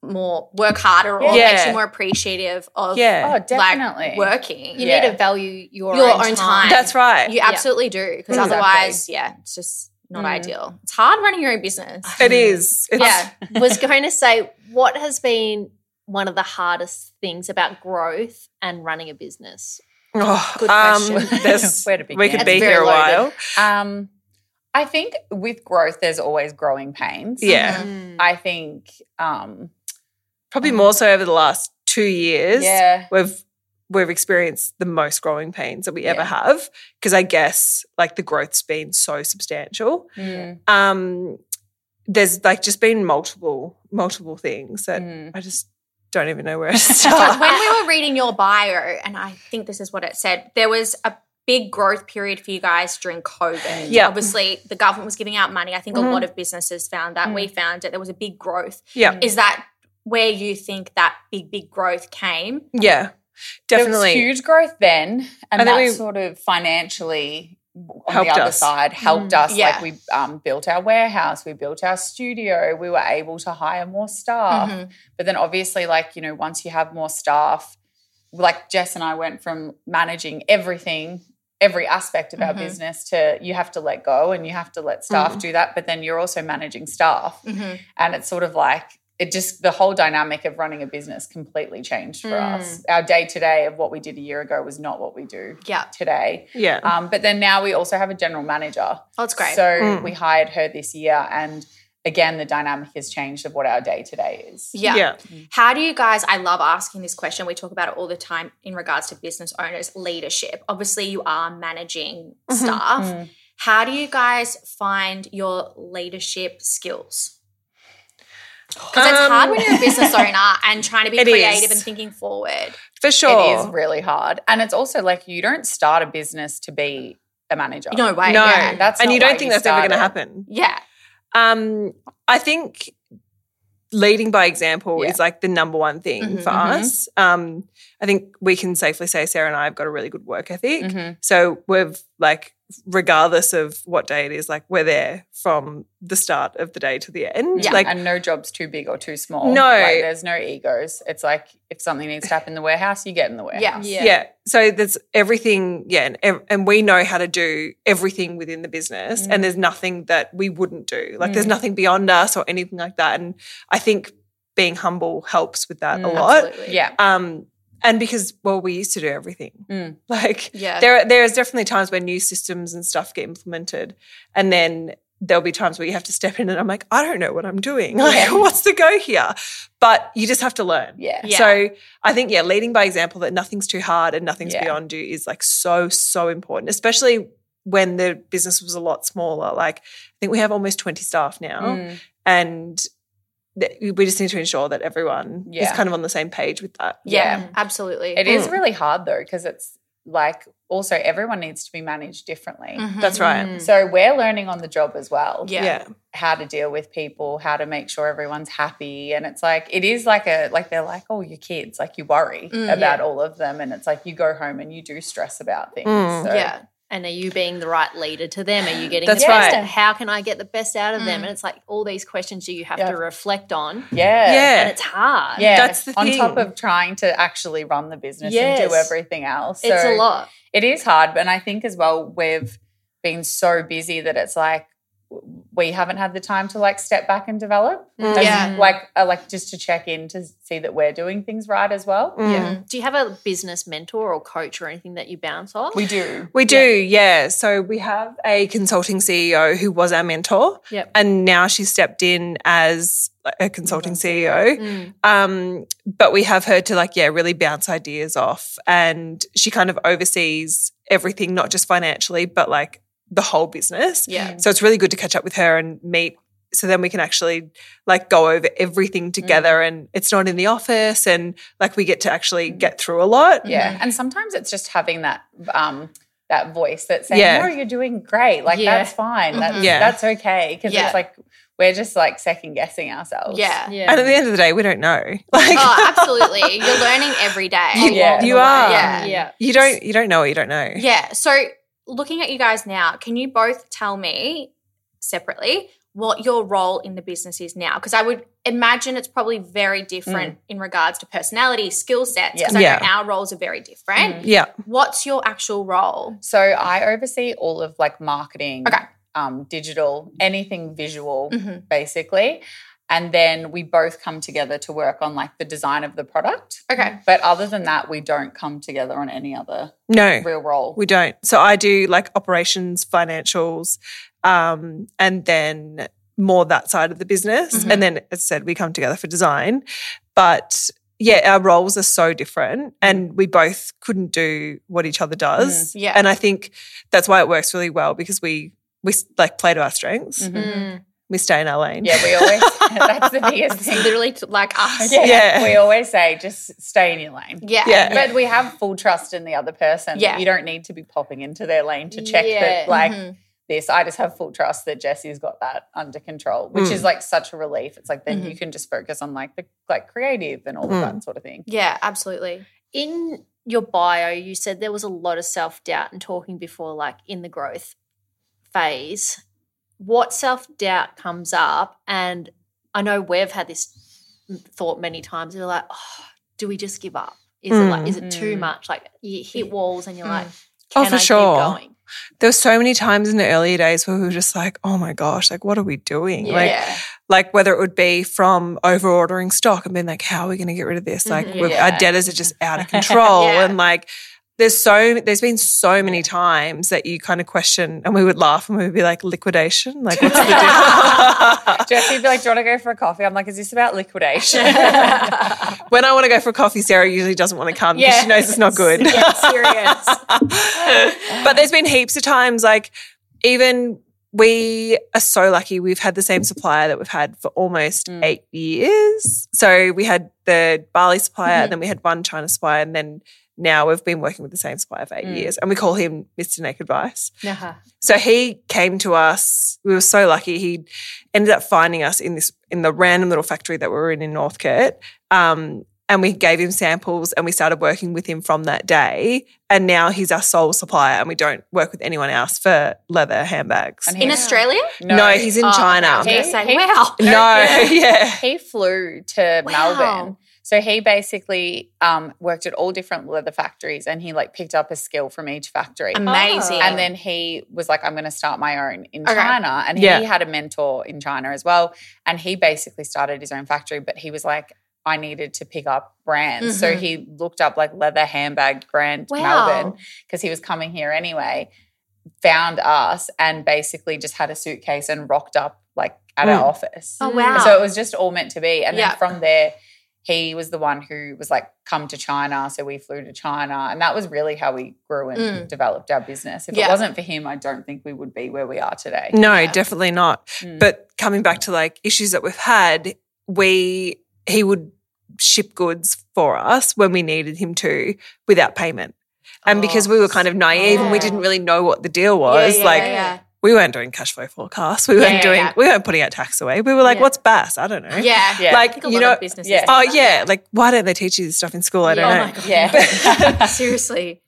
[SPEAKER 1] more work harder or
[SPEAKER 4] Yeah.
[SPEAKER 1] makes you more appreciative of
[SPEAKER 4] yeah.
[SPEAKER 3] Oh, definitely.
[SPEAKER 1] like working
[SPEAKER 2] You
[SPEAKER 3] Yeah.
[SPEAKER 2] need to value your,
[SPEAKER 1] Your
[SPEAKER 2] own,
[SPEAKER 1] own
[SPEAKER 2] time.
[SPEAKER 1] time.
[SPEAKER 4] That's right.
[SPEAKER 1] you absolutely do because
[SPEAKER 3] Exactly.
[SPEAKER 1] otherwise yeah it's just not
[SPEAKER 3] Mm.
[SPEAKER 1] ideal it's hard running your own business
[SPEAKER 4] It is. It's,
[SPEAKER 1] yeah
[SPEAKER 2] was going to say what has been one of the hardest things about growth and running a business.
[SPEAKER 4] Oh,
[SPEAKER 2] Good question.
[SPEAKER 4] there's-
[SPEAKER 3] Where to
[SPEAKER 4] we
[SPEAKER 3] begin?
[SPEAKER 4] could
[SPEAKER 3] That's
[SPEAKER 4] be
[SPEAKER 2] very
[SPEAKER 4] here a
[SPEAKER 2] loaded.
[SPEAKER 4] while.
[SPEAKER 3] Um, I think with growth, there's always growing pains.
[SPEAKER 4] Yeah.
[SPEAKER 3] I think. Um,
[SPEAKER 4] Probably more so over the last two years.
[SPEAKER 3] yeah.
[SPEAKER 4] we've we've experienced the most growing pains that we ever
[SPEAKER 3] Yeah.
[SPEAKER 4] have because I guess like the growth's been so substantial.
[SPEAKER 3] Mm,
[SPEAKER 4] Um, there's like just been multiple multiple things that
[SPEAKER 3] mm.
[SPEAKER 4] I just don't even know where to
[SPEAKER 1] But
[SPEAKER 4] start.
[SPEAKER 1] when we were reading your bio, and I think this is what it said, there was a big growth period for you guys during COVID.
[SPEAKER 4] Yeah.
[SPEAKER 1] Obviously, the government was giving out money. I think
[SPEAKER 4] Mhm.
[SPEAKER 1] a lot of businesses found that. We found it. There was a big growth.
[SPEAKER 4] yeah,
[SPEAKER 1] Is that where you think that big, big growth came?
[SPEAKER 4] yeah,
[SPEAKER 3] There was
[SPEAKER 4] definitely.
[SPEAKER 3] huge growth then, and,
[SPEAKER 4] And
[SPEAKER 3] that
[SPEAKER 4] then we-
[SPEAKER 3] sort of financially on
[SPEAKER 4] Helped
[SPEAKER 3] the other
[SPEAKER 4] us. Mm,
[SPEAKER 3] side helped us.
[SPEAKER 1] yeah.
[SPEAKER 3] Like we um, built our warehouse, we built our studio, we were able to hire more staff.
[SPEAKER 4] Mm-hmm.
[SPEAKER 1] Mhm.
[SPEAKER 3] But then obviously, like, you know, once you have more staff, like Jess and I went from managing everything, every aspect of our
[SPEAKER 4] Mm-hmm.
[SPEAKER 1] Mhm.
[SPEAKER 3] business to you have to let go and you have to let staff
[SPEAKER 4] Mm.
[SPEAKER 3] do that. But then you're also managing staff.
[SPEAKER 1] Mhm.
[SPEAKER 3] And it's sort of like, it just, the whole dynamic of running a business completely changed for
[SPEAKER 1] Hmm.
[SPEAKER 3] us. Our day to day of what we did a year ago was not what we do
[SPEAKER 1] Yeah.
[SPEAKER 3] today.
[SPEAKER 4] yeah,
[SPEAKER 3] Um, but then now we also have a general manager.
[SPEAKER 1] Oh, it's great.
[SPEAKER 3] So
[SPEAKER 4] Mm.
[SPEAKER 3] we hired her this year. And again, the dynamic has changed of what our day to day is.
[SPEAKER 1] yeah. How do you guys? I love asking this question. We talk about it all the time in regards to business owners, leadership. Obviously, you are managing
[SPEAKER 4] Mhm.
[SPEAKER 1] staff.
[SPEAKER 3] Mm.
[SPEAKER 1] How do you guys find your leadership skills? Because it's
[SPEAKER 4] Um,
[SPEAKER 1] hard when you're a business owner and trying to be
[SPEAKER 4] It is.
[SPEAKER 1] creative and thinking forward.
[SPEAKER 4] for sure.
[SPEAKER 3] It is really hard. And it's also like you don't start a business to be a manager.
[SPEAKER 1] No way.
[SPEAKER 4] no,
[SPEAKER 1] Yeah.
[SPEAKER 3] that's
[SPEAKER 4] and
[SPEAKER 3] not
[SPEAKER 4] you don't
[SPEAKER 3] why
[SPEAKER 4] think
[SPEAKER 3] you
[SPEAKER 4] that's ever going to
[SPEAKER 3] started.
[SPEAKER 4] happen.
[SPEAKER 1] Yeah.
[SPEAKER 4] Um, I think leading by example
[SPEAKER 3] Yeah.
[SPEAKER 4] is like the number one thing
[SPEAKER 1] Mhm.
[SPEAKER 4] for
[SPEAKER 3] Mhm.
[SPEAKER 4] us. Um, I think we can safely say Sarah and I have got a really good work ethic.
[SPEAKER 3] Mhm.
[SPEAKER 4] So we've like, regardless of what day it is, like we're there from the start of the day to the end.
[SPEAKER 1] Yeah.
[SPEAKER 4] Like,
[SPEAKER 3] and no job's too big or too small.
[SPEAKER 4] No.
[SPEAKER 3] Like, there's no egos. It's like if something needs to happen in the warehouse, you get in the warehouse.
[SPEAKER 2] Yeah.
[SPEAKER 4] yeah. So there's everything. Yeah. And, ev- and we know how to do everything within the business.
[SPEAKER 3] Mm.
[SPEAKER 4] And there's nothing that we wouldn't do. Like, there's
[SPEAKER 3] Mm.
[SPEAKER 4] nothing beyond us or anything like that. And I think being humble helps with that a
[SPEAKER 3] Mm.
[SPEAKER 4] lot.
[SPEAKER 3] Yeah.
[SPEAKER 1] Absolutely.
[SPEAKER 4] Um, and because well, we used to do everything.
[SPEAKER 3] Mm.
[SPEAKER 4] Like
[SPEAKER 1] Yeah.
[SPEAKER 4] there, there is definitely times where new systems and stuff get implemented, and then there'll be times where you have to step in, and I'm like, I don't know what I'm doing. Like,
[SPEAKER 3] Yeah.
[SPEAKER 4] what's the go here? But you just have to learn.
[SPEAKER 3] Yeah.
[SPEAKER 1] Yeah.
[SPEAKER 4] So I think yeah, leading by example that nothing's too hard and nothing's
[SPEAKER 3] Yeah.
[SPEAKER 4] beyond you is like so so important, especially when the business was a lot smaller. Like I think we have almost 20 staff now
[SPEAKER 3] Mm.
[SPEAKER 4] and that we just need to ensure that everyone is
[SPEAKER 3] Yeah.
[SPEAKER 4] kind of on the same page with that.
[SPEAKER 1] Yeah.
[SPEAKER 3] Yeah.
[SPEAKER 1] Absolutely.
[SPEAKER 3] It is
[SPEAKER 4] Mm.
[SPEAKER 3] really hard though, because it's like also everyone needs to be managed differently.
[SPEAKER 1] Mhm.
[SPEAKER 4] That's right.
[SPEAKER 2] Mm.
[SPEAKER 3] So we're learning on the job as well.
[SPEAKER 1] Yeah.
[SPEAKER 3] how to deal with people, how to make sure everyone's happy. And it's like, it is like a, like they're like, oh, your kids, like you worry
[SPEAKER 1] Mm,
[SPEAKER 3] about all of them. And it's like you go home and you do stress about things.
[SPEAKER 4] Mm.
[SPEAKER 3] So,
[SPEAKER 1] Yeah.
[SPEAKER 2] And are you being the right leader to them? Are you getting
[SPEAKER 4] That's
[SPEAKER 2] the best?
[SPEAKER 4] right.
[SPEAKER 2] How can I get the best out of them?
[SPEAKER 1] Mm.
[SPEAKER 2] And it's like all these questions that you have
[SPEAKER 3] Yeah.
[SPEAKER 2] to reflect on,
[SPEAKER 3] Yeah.
[SPEAKER 2] and
[SPEAKER 4] Yeah.
[SPEAKER 2] it's hard.
[SPEAKER 3] Yeah.
[SPEAKER 4] That's the
[SPEAKER 3] on top
[SPEAKER 4] thing.
[SPEAKER 3] of trying to actually run the business and
[SPEAKER 2] Yes.
[SPEAKER 3] do everything else.
[SPEAKER 2] It's
[SPEAKER 3] So
[SPEAKER 2] a lot.
[SPEAKER 3] It is hard. And I think as well, we've been so busy that it's like, w- we haven't had the time to like step back and develop. As,
[SPEAKER 5] Yeah.
[SPEAKER 3] Like, uh, like just to check in to see that we're doing things right as well.
[SPEAKER 4] Yeah.
[SPEAKER 2] Do you have a business mentor or coach or anything that you bounce off?
[SPEAKER 3] We do.
[SPEAKER 4] We do, yeah. So we have a consulting CEO who was our mentor.
[SPEAKER 2] Yep.
[SPEAKER 4] And now she stepped in as a consulting
[SPEAKER 2] Mm.
[SPEAKER 4] CEO. Um, but we have her to like, yeah, really bounce ideas off. And she kind of oversees everything, not just financially, but like the whole business.
[SPEAKER 1] Yeah.
[SPEAKER 4] So it's really good to catch up with her and meet. So then we can actually like go over everything together and it's not in the office and like we get to actually get through a lot.
[SPEAKER 3] Yeah. And sometimes it's just having that um that voice that's saying,
[SPEAKER 4] Yeah.
[SPEAKER 3] No, you're doing great. Like
[SPEAKER 1] Yeah.
[SPEAKER 3] that's fine. That's
[SPEAKER 4] Yeah.
[SPEAKER 3] that's okay. Because
[SPEAKER 1] Yeah.
[SPEAKER 3] it's like we're just like second guessing ourselves.
[SPEAKER 1] Yeah.
[SPEAKER 2] Yeah.
[SPEAKER 4] And at the end of the day, we Uh, don't know. Like
[SPEAKER 1] Oh, absolutely. You're learning every day.
[SPEAKER 3] Yeah.
[SPEAKER 4] you are.
[SPEAKER 1] Yeah.
[SPEAKER 2] yeah.
[SPEAKER 4] You don't you don't know what you don't know.
[SPEAKER 1] Yeah. So, looking at you guys now, can you both tell me separately what your role in the business is now? Because I would imagine it's probably very different in regards to personality, skill sets. Because
[SPEAKER 4] Mm. Yeah.
[SPEAKER 1] I
[SPEAKER 4] Yeah. Mm.
[SPEAKER 1] know our roles are very different.
[SPEAKER 4] Yeah.
[SPEAKER 1] What's your actual role?
[SPEAKER 3] So I oversee all of like marketing,
[SPEAKER 1] Okay.
[SPEAKER 3] um, digital, anything visual,
[SPEAKER 4] Mm-hmm.
[SPEAKER 1] Mhm.
[SPEAKER 3] basically. And then we both come together to work on like the design of the product.
[SPEAKER 1] Okay.
[SPEAKER 3] But other than that, we don't come together on any other
[SPEAKER 4] No.
[SPEAKER 3] real role.
[SPEAKER 4] We don't. So I do like operations, financials, um, and then more that side of the business.
[SPEAKER 1] Mhm.
[SPEAKER 4] And then as I said, we come together for design. But yeah, our roles are so different and we both couldn't do what each other does.
[SPEAKER 1] Mm-hmm. Mm, yeah.
[SPEAKER 4] And I think that's why it works really well because we we like play to our strengths.
[SPEAKER 1] Mm.
[SPEAKER 3] Mhm.
[SPEAKER 2] mm.
[SPEAKER 4] We stay in our lane.
[SPEAKER 3] Yeah, we always that's the biggest
[SPEAKER 1] It's
[SPEAKER 3] thing.
[SPEAKER 1] literally t- like us.
[SPEAKER 3] Yeah,
[SPEAKER 4] Yeah.
[SPEAKER 3] We always say just stay in your lane.
[SPEAKER 1] Yeah.
[SPEAKER 4] Yeah.
[SPEAKER 3] But we have full trust in the other person.
[SPEAKER 1] Yeah.
[SPEAKER 3] You don't need to be popping into their lane to check
[SPEAKER 2] Yeah.
[SPEAKER 3] that like
[SPEAKER 1] Mhm.
[SPEAKER 3] this. I just have full trust that Jesse's got that under control, which
[SPEAKER 4] Mm.
[SPEAKER 3] is like such a relief. It's like then
[SPEAKER 1] Mhm.
[SPEAKER 3] you
[SPEAKER 4] Mm-hmm.
[SPEAKER 3] can just focus on like the like creative and all
[SPEAKER 4] Mm.
[SPEAKER 3] of that sort of thing.
[SPEAKER 1] Yeah, absolutely.
[SPEAKER 2] In your bio, you said there was a lot of self doubt and talking before, like in the growth phase. What self doubt comes up? And I know we've had this thought many times. We're like, oh, do we just give up? Is it like, is it too
[SPEAKER 3] Mm.
[SPEAKER 2] much? Like you hit walls and you're like,
[SPEAKER 4] Oh,
[SPEAKER 2] Can
[SPEAKER 4] for
[SPEAKER 2] I
[SPEAKER 4] sure.
[SPEAKER 2] Keep going?
[SPEAKER 4] There were so many times in the earlier days where we were just like, oh my gosh, like what are we doing? Like
[SPEAKER 1] yeah.
[SPEAKER 4] like whether it would be from over ordering stock and being like, how are we going to get rid of this? Like
[SPEAKER 1] Mhm.
[SPEAKER 4] we've
[SPEAKER 3] Yeah.
[SPEAKER 4] our debtors are just out of control.
[SPEAKER 1] Yeah.
[SPEAKER 4] And like, there's so, there's been so many times that you kind of question and we would laugh and we would be like, liquidation? Like what's the deal?
[SPEAKER 3] Jesse'd be like, Do you want to go for a coffee? I'm like, is this about liquidation?
[SPEAKER 4] when I want to go for coffee, Sarah usually doesn't want to come because
[SPEAKER 1] Yeah.
[SPEAKER 4] she knows it's not good.
[SPEAKER 1] Yeah, serious.
[SPEAKER 4] but there's been heaps of times, like even we are so lucky. We've had the same supplier that we've had for almost
[SPEAKER 3] Mm.
[SPEAKER 4] eight years. So we had the barley supplier,
[SPEAKER 3] Mm-hmm.
[SPEAKER 4] and then we had one China supplier, and then now we've been working with the same supplier for eight
[SPEAKER 3] Mm.
[SPEAKER 4] years, and we call him Mr. Naked Vice.
[SPEAKER 2] Uh-huh.
[SPEAKER 4] So he came to us. We were so lucky. He ended up finding us in this in the random little factory that we were in in Northcote. Um, and we gave him samples, and we started working with him from that day. And now he's our sole supplier, and we don't work with anyone else for leather handbags.
[SPEAKER 3] And he-
[SPEAKER 1] In Australia?
[SPEAKER 4] no, he's in
[SPEAKER 1] Oh,
[SPEAKER 4] China. Oh.
[SPEAKER 1] I was
[SPEAKER 3] He-
[SPEAKER 1] gonna say,
[SPEAKER 3] he-
[SPEAKER 1] wow.
[SPEAKER 4] No, yeah,
[SPEAKER 3] he flew to
[SPEAKER 1] Wow.
[SPEAKER 3] Melbourne. So he basically um, worked at all different leather factories and he like picked up a skill from each factory.
[SPEAKER 1] Amazing.
[SPEAKER 3] And then he was like, I'm going to start my own in
[SPEAKER 1] Okay.
[SPEAKER 3] China. And
[SPEAKER 4] Yeah.
[SPEAKER 3] he had a mentor in China as well. And he basically started his own factory, but he was like, I needed to pick up brands. So
[SPEAKER 1] Mhm.
[SPEAKER 3] he looked up like leather handbag brand
[SPEAKER 1] Wow.
[SPEAKER 3] Melbourne because he was coming here anyway, found us and basically just had a suitcase and rocked up like at
[SPEAKER 4] Mm.
[SPEAKER 3] our office.
[SPEAKER 1] Oh, wow.
[SPEAKER 3] So it was just all meant to be. And
[SPEAKER 1] Yeah.
[SPEAKER 3] then from there, he was the one who was like, come to China. So we flew to China. And that was really how we grew and
[SPEAKER 1] Mm.
[SPEAKER 3] developed our business. If
[SPEAKER 1] Yeah.
[SPEAKER 3] it wasn't for him, I don't think we would be where we are today.
[SPEAKER 4] no, definitely not.
[SPEAKER 3] Mm.
[SPEAKER 4] But coming back to like issues that we've had, we he would ship goods for us when we needed him to without payment. And
[SPEAKER 2] Oh,
[SPEAKER 4] because we were kind of naive and we
[SPEAKER 1] yeah.
[SPEAKER 4] didn't really know what the deal was,
[SPEAKER 1] yeah,
[SPEAKER 4] like
[SPEAKER 1] yeah, yeah.
[SPEAKER 4] we weren't doing cash flow forecasts, we
[SPEAKER 1] Yeah,
[SPEAKER 4] weren't
[SPEAKER 1] yeah,
[SPEAKER 4] doing,
[SPEAKER 1] yeah.
[SPEAKER 4] we weren't putting our tax away. We were like,
[SPEAKER 2] Yeah.
[SPEAKER 4] what's BAS? I don't know.
[SPEAKER 1] Yeah.
[SPEAKER 3] Yeah.
[SPEAKER 1] I
[SPEAKER 4] Like
[SPEAKER 1] think a
[SPEAKER 4] you
[SPEAKER 1] lot
[SPEAKER 4] know,
[SPEAKER 1] of businesses.
[SPEAKER 3] yeah.
[SPEAKER 1] do
[SPEAKER 4] oh
[SPEAKER 1] that.
[SPEAKER 4] yeah, like why don't they teach you this stuff in school? I don't
[SPEAKER 1] Yeah.
[SPEAKER 4] know.
[SPEAKER 1] Oh my God.
[SPEAKER 3] yeah. Mm.
[SPEAKER 1] Seriously.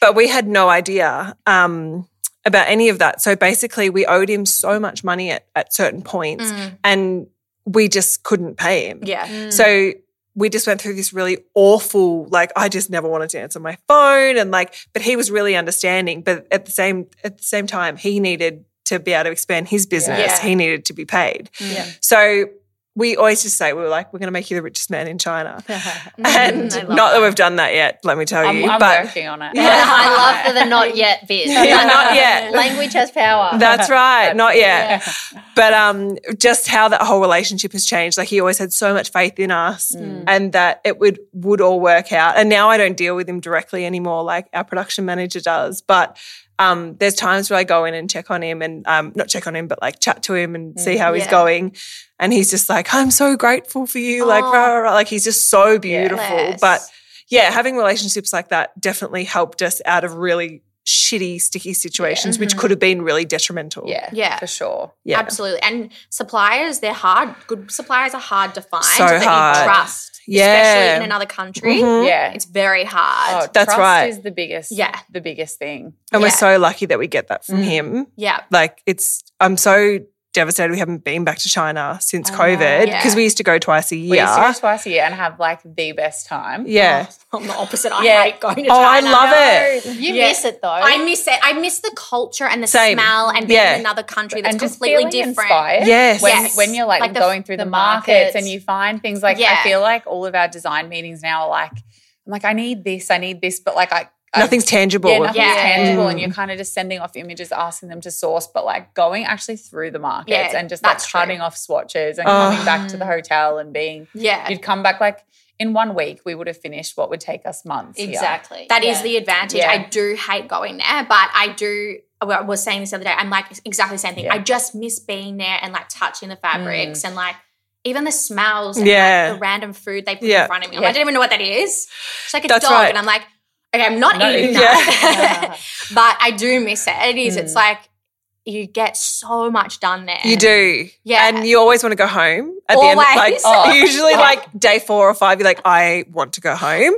[SPEAKER 4] But we had no idea um, about any of that. So basically, we owed him so much money at, at certain points, and we just couldn't pay him.
[SPEAKER 1] Mm, Yeah.
[SPEAKER 2] Mm.
[SPEAKER 4] So we just went through this really awful, like I just never wanted to answer my phone, and like, but he was really understanding. But at the same at the same time, he needed to be able to expand his business,
[SPEAKER 1] Yeah.
[SPEAKER 4] he needed to be paid.
[SPEAKER 2] Yeah.
[SPEAKER 4] So we always just say, we were like, we're going to make you the richest man in China. and
[SPEAKER 2] Mm-hmm. Mm, I love
[SPEAKER 4] not that we've done that yet, let me tell
[SPEAKER 3] I'm,
[SPEAKER 4] you.
[SPEAKER 3] I'm
[SPEAKER 4] but
[SPEAKER 3] working on it.
[SPEAKER 2] I love the, the not yet bit.
[SPEAKER 4] Yeah, not yet.
[SPEAKER 2] Language has power.
[SPEAKER 4] That's right, not yet. But um, just how that whole relationship has changed. Like he always had so much faith in us, and that it would would all work out. And now I don't deal with him directly anymore, like our production manager does. But um, there's times where I go in and check on him, and um, not check on him, but like chat to him and see how he's
[SPEAKER 2] Yeah.
[SPEAKER 4] going. And he's just like, I'm so grateful for you. Like, rah, rah, rah. like he's just so beautiful.
[SPEAKER 1] Bless.
[SPEAKER 4] But yeah, having relationships like that definitely helped us out of really shitty, sticky situations, which could have been really detrimental.
[SPEAKER 3] Yeah,
[SPEAKER 1] Yeah.
[SPEAKER 3] for sure.
[SPEAKER 4] Yeah.
[SPEAKER 1] Absolutely. And suppliers, they're hard. Good suppliers are hard to find
[SPEAKER 4] So
[SPEAKER 1] that
[SPEAKER 4] hard.
[SPEAKER 1] you trust,
[SPEAKER 4] Yeah. Oh,
[SPEAKER 1] especially in another country.
[SPEAKER 4] Mhm.
[SPEAKER 3] Yeah, Oh,
[SPEAKER 1] It's very hard.
[SPEAKER 4] that's
[SPEAKER 3] trust
[SPEAKER 4] right.
[SPEAKER 3] Is the biggest.
[SPEAKER 1] Yeah.
[SPEAKER 3] the biggest thing.
[SPEAKER 4] And we're
[SPEAKER 1] Yeah.
[SPEAKER 4] so lucky that we get that from
[SPEAKER 3] Mm.
[SPEAKER 4] him.
[SPEAKER 1] Yeah.
[SPEAKER 4] Like it's I'm so devastated we haven't been back to China since
[SPEAKER 3] I know.
[SPEAKER 4] COVID
[SPEAKER 1] Yeah.
[SPEAKER 4] because we used to go twice a year.
[SPEAKER 3] We used to go twice a year and have like the best time.
[SPEAKER 4] yeah.
[SPEAKER 1] I'm the opposite. I
[SPEAKER 3] Yeah.
[SPEAKER 1] hate going to
[SPEAKER 4] Oh,
[SPEAKER 1] China.
[SPEAKER 4] I love it.
[SPEAKER 2] You
[SPEAKER 1] Yeah.
[SPEAKER 2] miss it though.
[SPEAKER 1] I miss it. I miss the culture and the
[SPEAKER 4] Same.
[SPEAKER 1] smell and being
[SPEAKER 4] Yeah.
[SPEAKER 1] in another country that's
[SPEAKER 3] and just
[SPEAKER 1] completely
[SPEAKER 3] feeling
[SPEAKER 1] different.
[SPEAKER 3] Inspired
[SPEAKER 4] Yes.
[SPEAKER 3] When,
[SPEAKER 1] Yes.
[SPEAKER 3] when you're like,
[SPEAKER 1] Like the-
[SPEAKER 3] going through the,
[SPEAKER 2] the
[SPEAKER 3] markets,
[SPEAKER 2] markets.
[SPEAKER 3] and you find things like
[SPEAKER 1] Yeah.
[SPEAKER 3] I feel like all of our design meetings now are like I'm like I need this, I need this, but like I I-
[SPEAKER 4] Nothing's tangible.
[SPEAKER 3] yeah, nothing's
[SPEAKER 1] Yeah.
[SPEAKER 3] tangible, and
[SPEAKER 4] Mm.
[SPEAKER 3] you're kind of just sending off images, asking them to source, but like going actually through the markets
[SPEAKER 1] Yeah,
[SPEAKER 3] and just like
[SPEAKER 1] that's true.
[SPEAKER 3] cutting off swatches and
[SPEAKER 4] Oh.
[SPEAKER 3] coming back to the hotel and being
[SPEAKER 1] Yeah.
[SPEAKER 3] you'd come back like in one week we would have finished what would take us months. here.
[SPEAKER 2] exactly.
[SPEAKER 1] That is
[SPEAKER 2] Yeah.
[SPEAKER 1] the advantage.
[SPEAKER 3] Yeah.
[SPEAKER 1] I do hate going there, but I do. I was saying this the other day. I'm like exactly the same thing.
[SPEAKER 3] Yeah.
[SPEAKER 1] I
[SPEAKER 3] Mm.
[SPEAKER 1] just miss being there and like touching the fabrics and like even the smells. And,
[SPEAKER 4] Yeah.
[SPEAKER 1] like, the random food they put
[SPEAKER 4] Yeah.
[SPEAKER 1] in front of me. I'm
[SPEAKER 3] Yeah.
[SPEAKER 1] like, I don't even know what that is. It's like a
[SPEAKER 4] That's
[SPEAKER 1] dog,
[SPEAKER 4] right.
[SPEAKER 1] and I'm like, okay, I'm not
[SPEAKER 3] Not
[SPEAKER 1] eating
[SPEAKER 3] eating
[SPEAKER 1] that.
[SPEAKER 3] that.
[SPEAKER 1] but I do miss it. It is. It's
[SPEAKER 3] Mm.
[SPEAKER 1] like you get so much done there.
[SPEAKER 4] Hmm. You do.
[SPEAKER 1] Yeah.
[SPEAKER 4] And you always want to go home at the end. Like
[SPEAKER 1] Always. Oh.
[SPEAKER 4] usually like day four or five, you're like, I want to go home.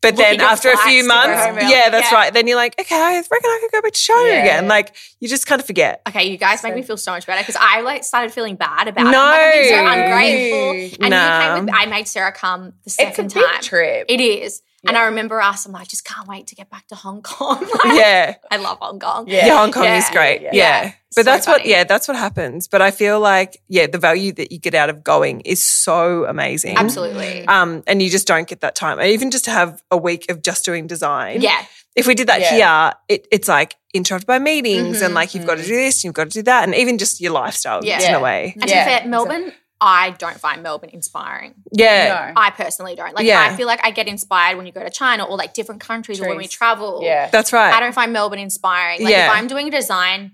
[SPEAKER 4] But
[SPEAKER 1] Looking
[SPEAKER 4] then
[SPEAKER 1] at
[SPEAKER 4] after a
[SPEAKER 1] flights
[SPEAKER 4] few
[SPEAKER 1] to go
[SPEAKER 4] months,
[SPEAKER 3] home early.
[SPEAKER 4] yeah, that's
[SPEAKER 1] Yeah.
[SPEAKER 4] right. Then you're like, okay, I reckon I could go back to China
[SPEAKER 3] Yeah.
[SPEAKER 4] again. Like you just kind of forget.
[SPEAKER 1] Okay, you guys make me feel so much better because I like started feeling bad about it.
[SPEAKER 4] No.
[SPEAKER 1] I'm like, I'm so ungrateful. And you
[SPEAKER 4] Nah.
[SPEAKER 1] came with, I made Sarah come the
[SPEAKER 3] It's a
[SPEAKER 1] second
[SPEAKER 3] big
[SPEAKER 1] time.
[SPEAKER 3] trip.
[SPEAKER 1] It is. And I remember us, I'm like, I just can't wait to get back to Hong Kong. Like,
[SPEAKER 4] Yeah.
[SPEAKER 1] I love Hong Kong.
[SPEAKER 3] Yeah.
[SPEAKER 4] Yeah, Hong Kong
[SPEAKER 1] Yeah.
[SPEAKER 4] is great.
[SPEAKER 3] Yeah.
[SPEAKER 4] Yeah.
[SPEAKER 1] Yeah.
[SPEAKER 4] But
[SPEAKER 1] So
[SPEAKER 4] that's what
[SPEAKER 1] funny.
[SPEAKER 4] yeah, that's what happens. But I feel like yeah, the value that you get out of going is so amazing.
[SPEAKER 1] Absolutely.
[SPEAKER 4] Um, and you just don't get that time. And even just to have a week of just doing design.
[SPEAKER 1] yeah.
[SPEAKER 4] If we did that
[SPEAKER 3] Yeah.
[SPEAKER 4] here, it, it's like interrupted by meetings and like you've got to do this, you've got to do that, and even just your lifestyle
[SPEAKER 1] Mm-hmm. Yeah.
[SPEAKER 4] gets in a
[SPEAKER 1] And
[SPEAKER 4] way.
[SPEAKER 1] to
[SPEAKER 3] Yeah,
[SPEAKER 1] be
[SPEAKER 3] exactly.
[SPEAKER 1] fair, Melbourne, I don't find Melbourne inspiring.
[SPEAKER 4] Yeah.
[SPEAKER 3] No.
[SPEAKER 1] I personally don't. Like,
[SPEAKER 4] Yeah.
[SPEAKER 1] I feel like I get inspired when you go to China or like different countries or when we
[SPEAKER 3] Trees.
[SPEAKER 1] travel.
[SPEAKER 3] Yeah.
[SPEAKER 4] That's right.
[SPEAKER 1] I don't find Melbourne inspiring. Like
[SPEAKER 4] Yeah.
[SPEAKER 1] if I'm doing a design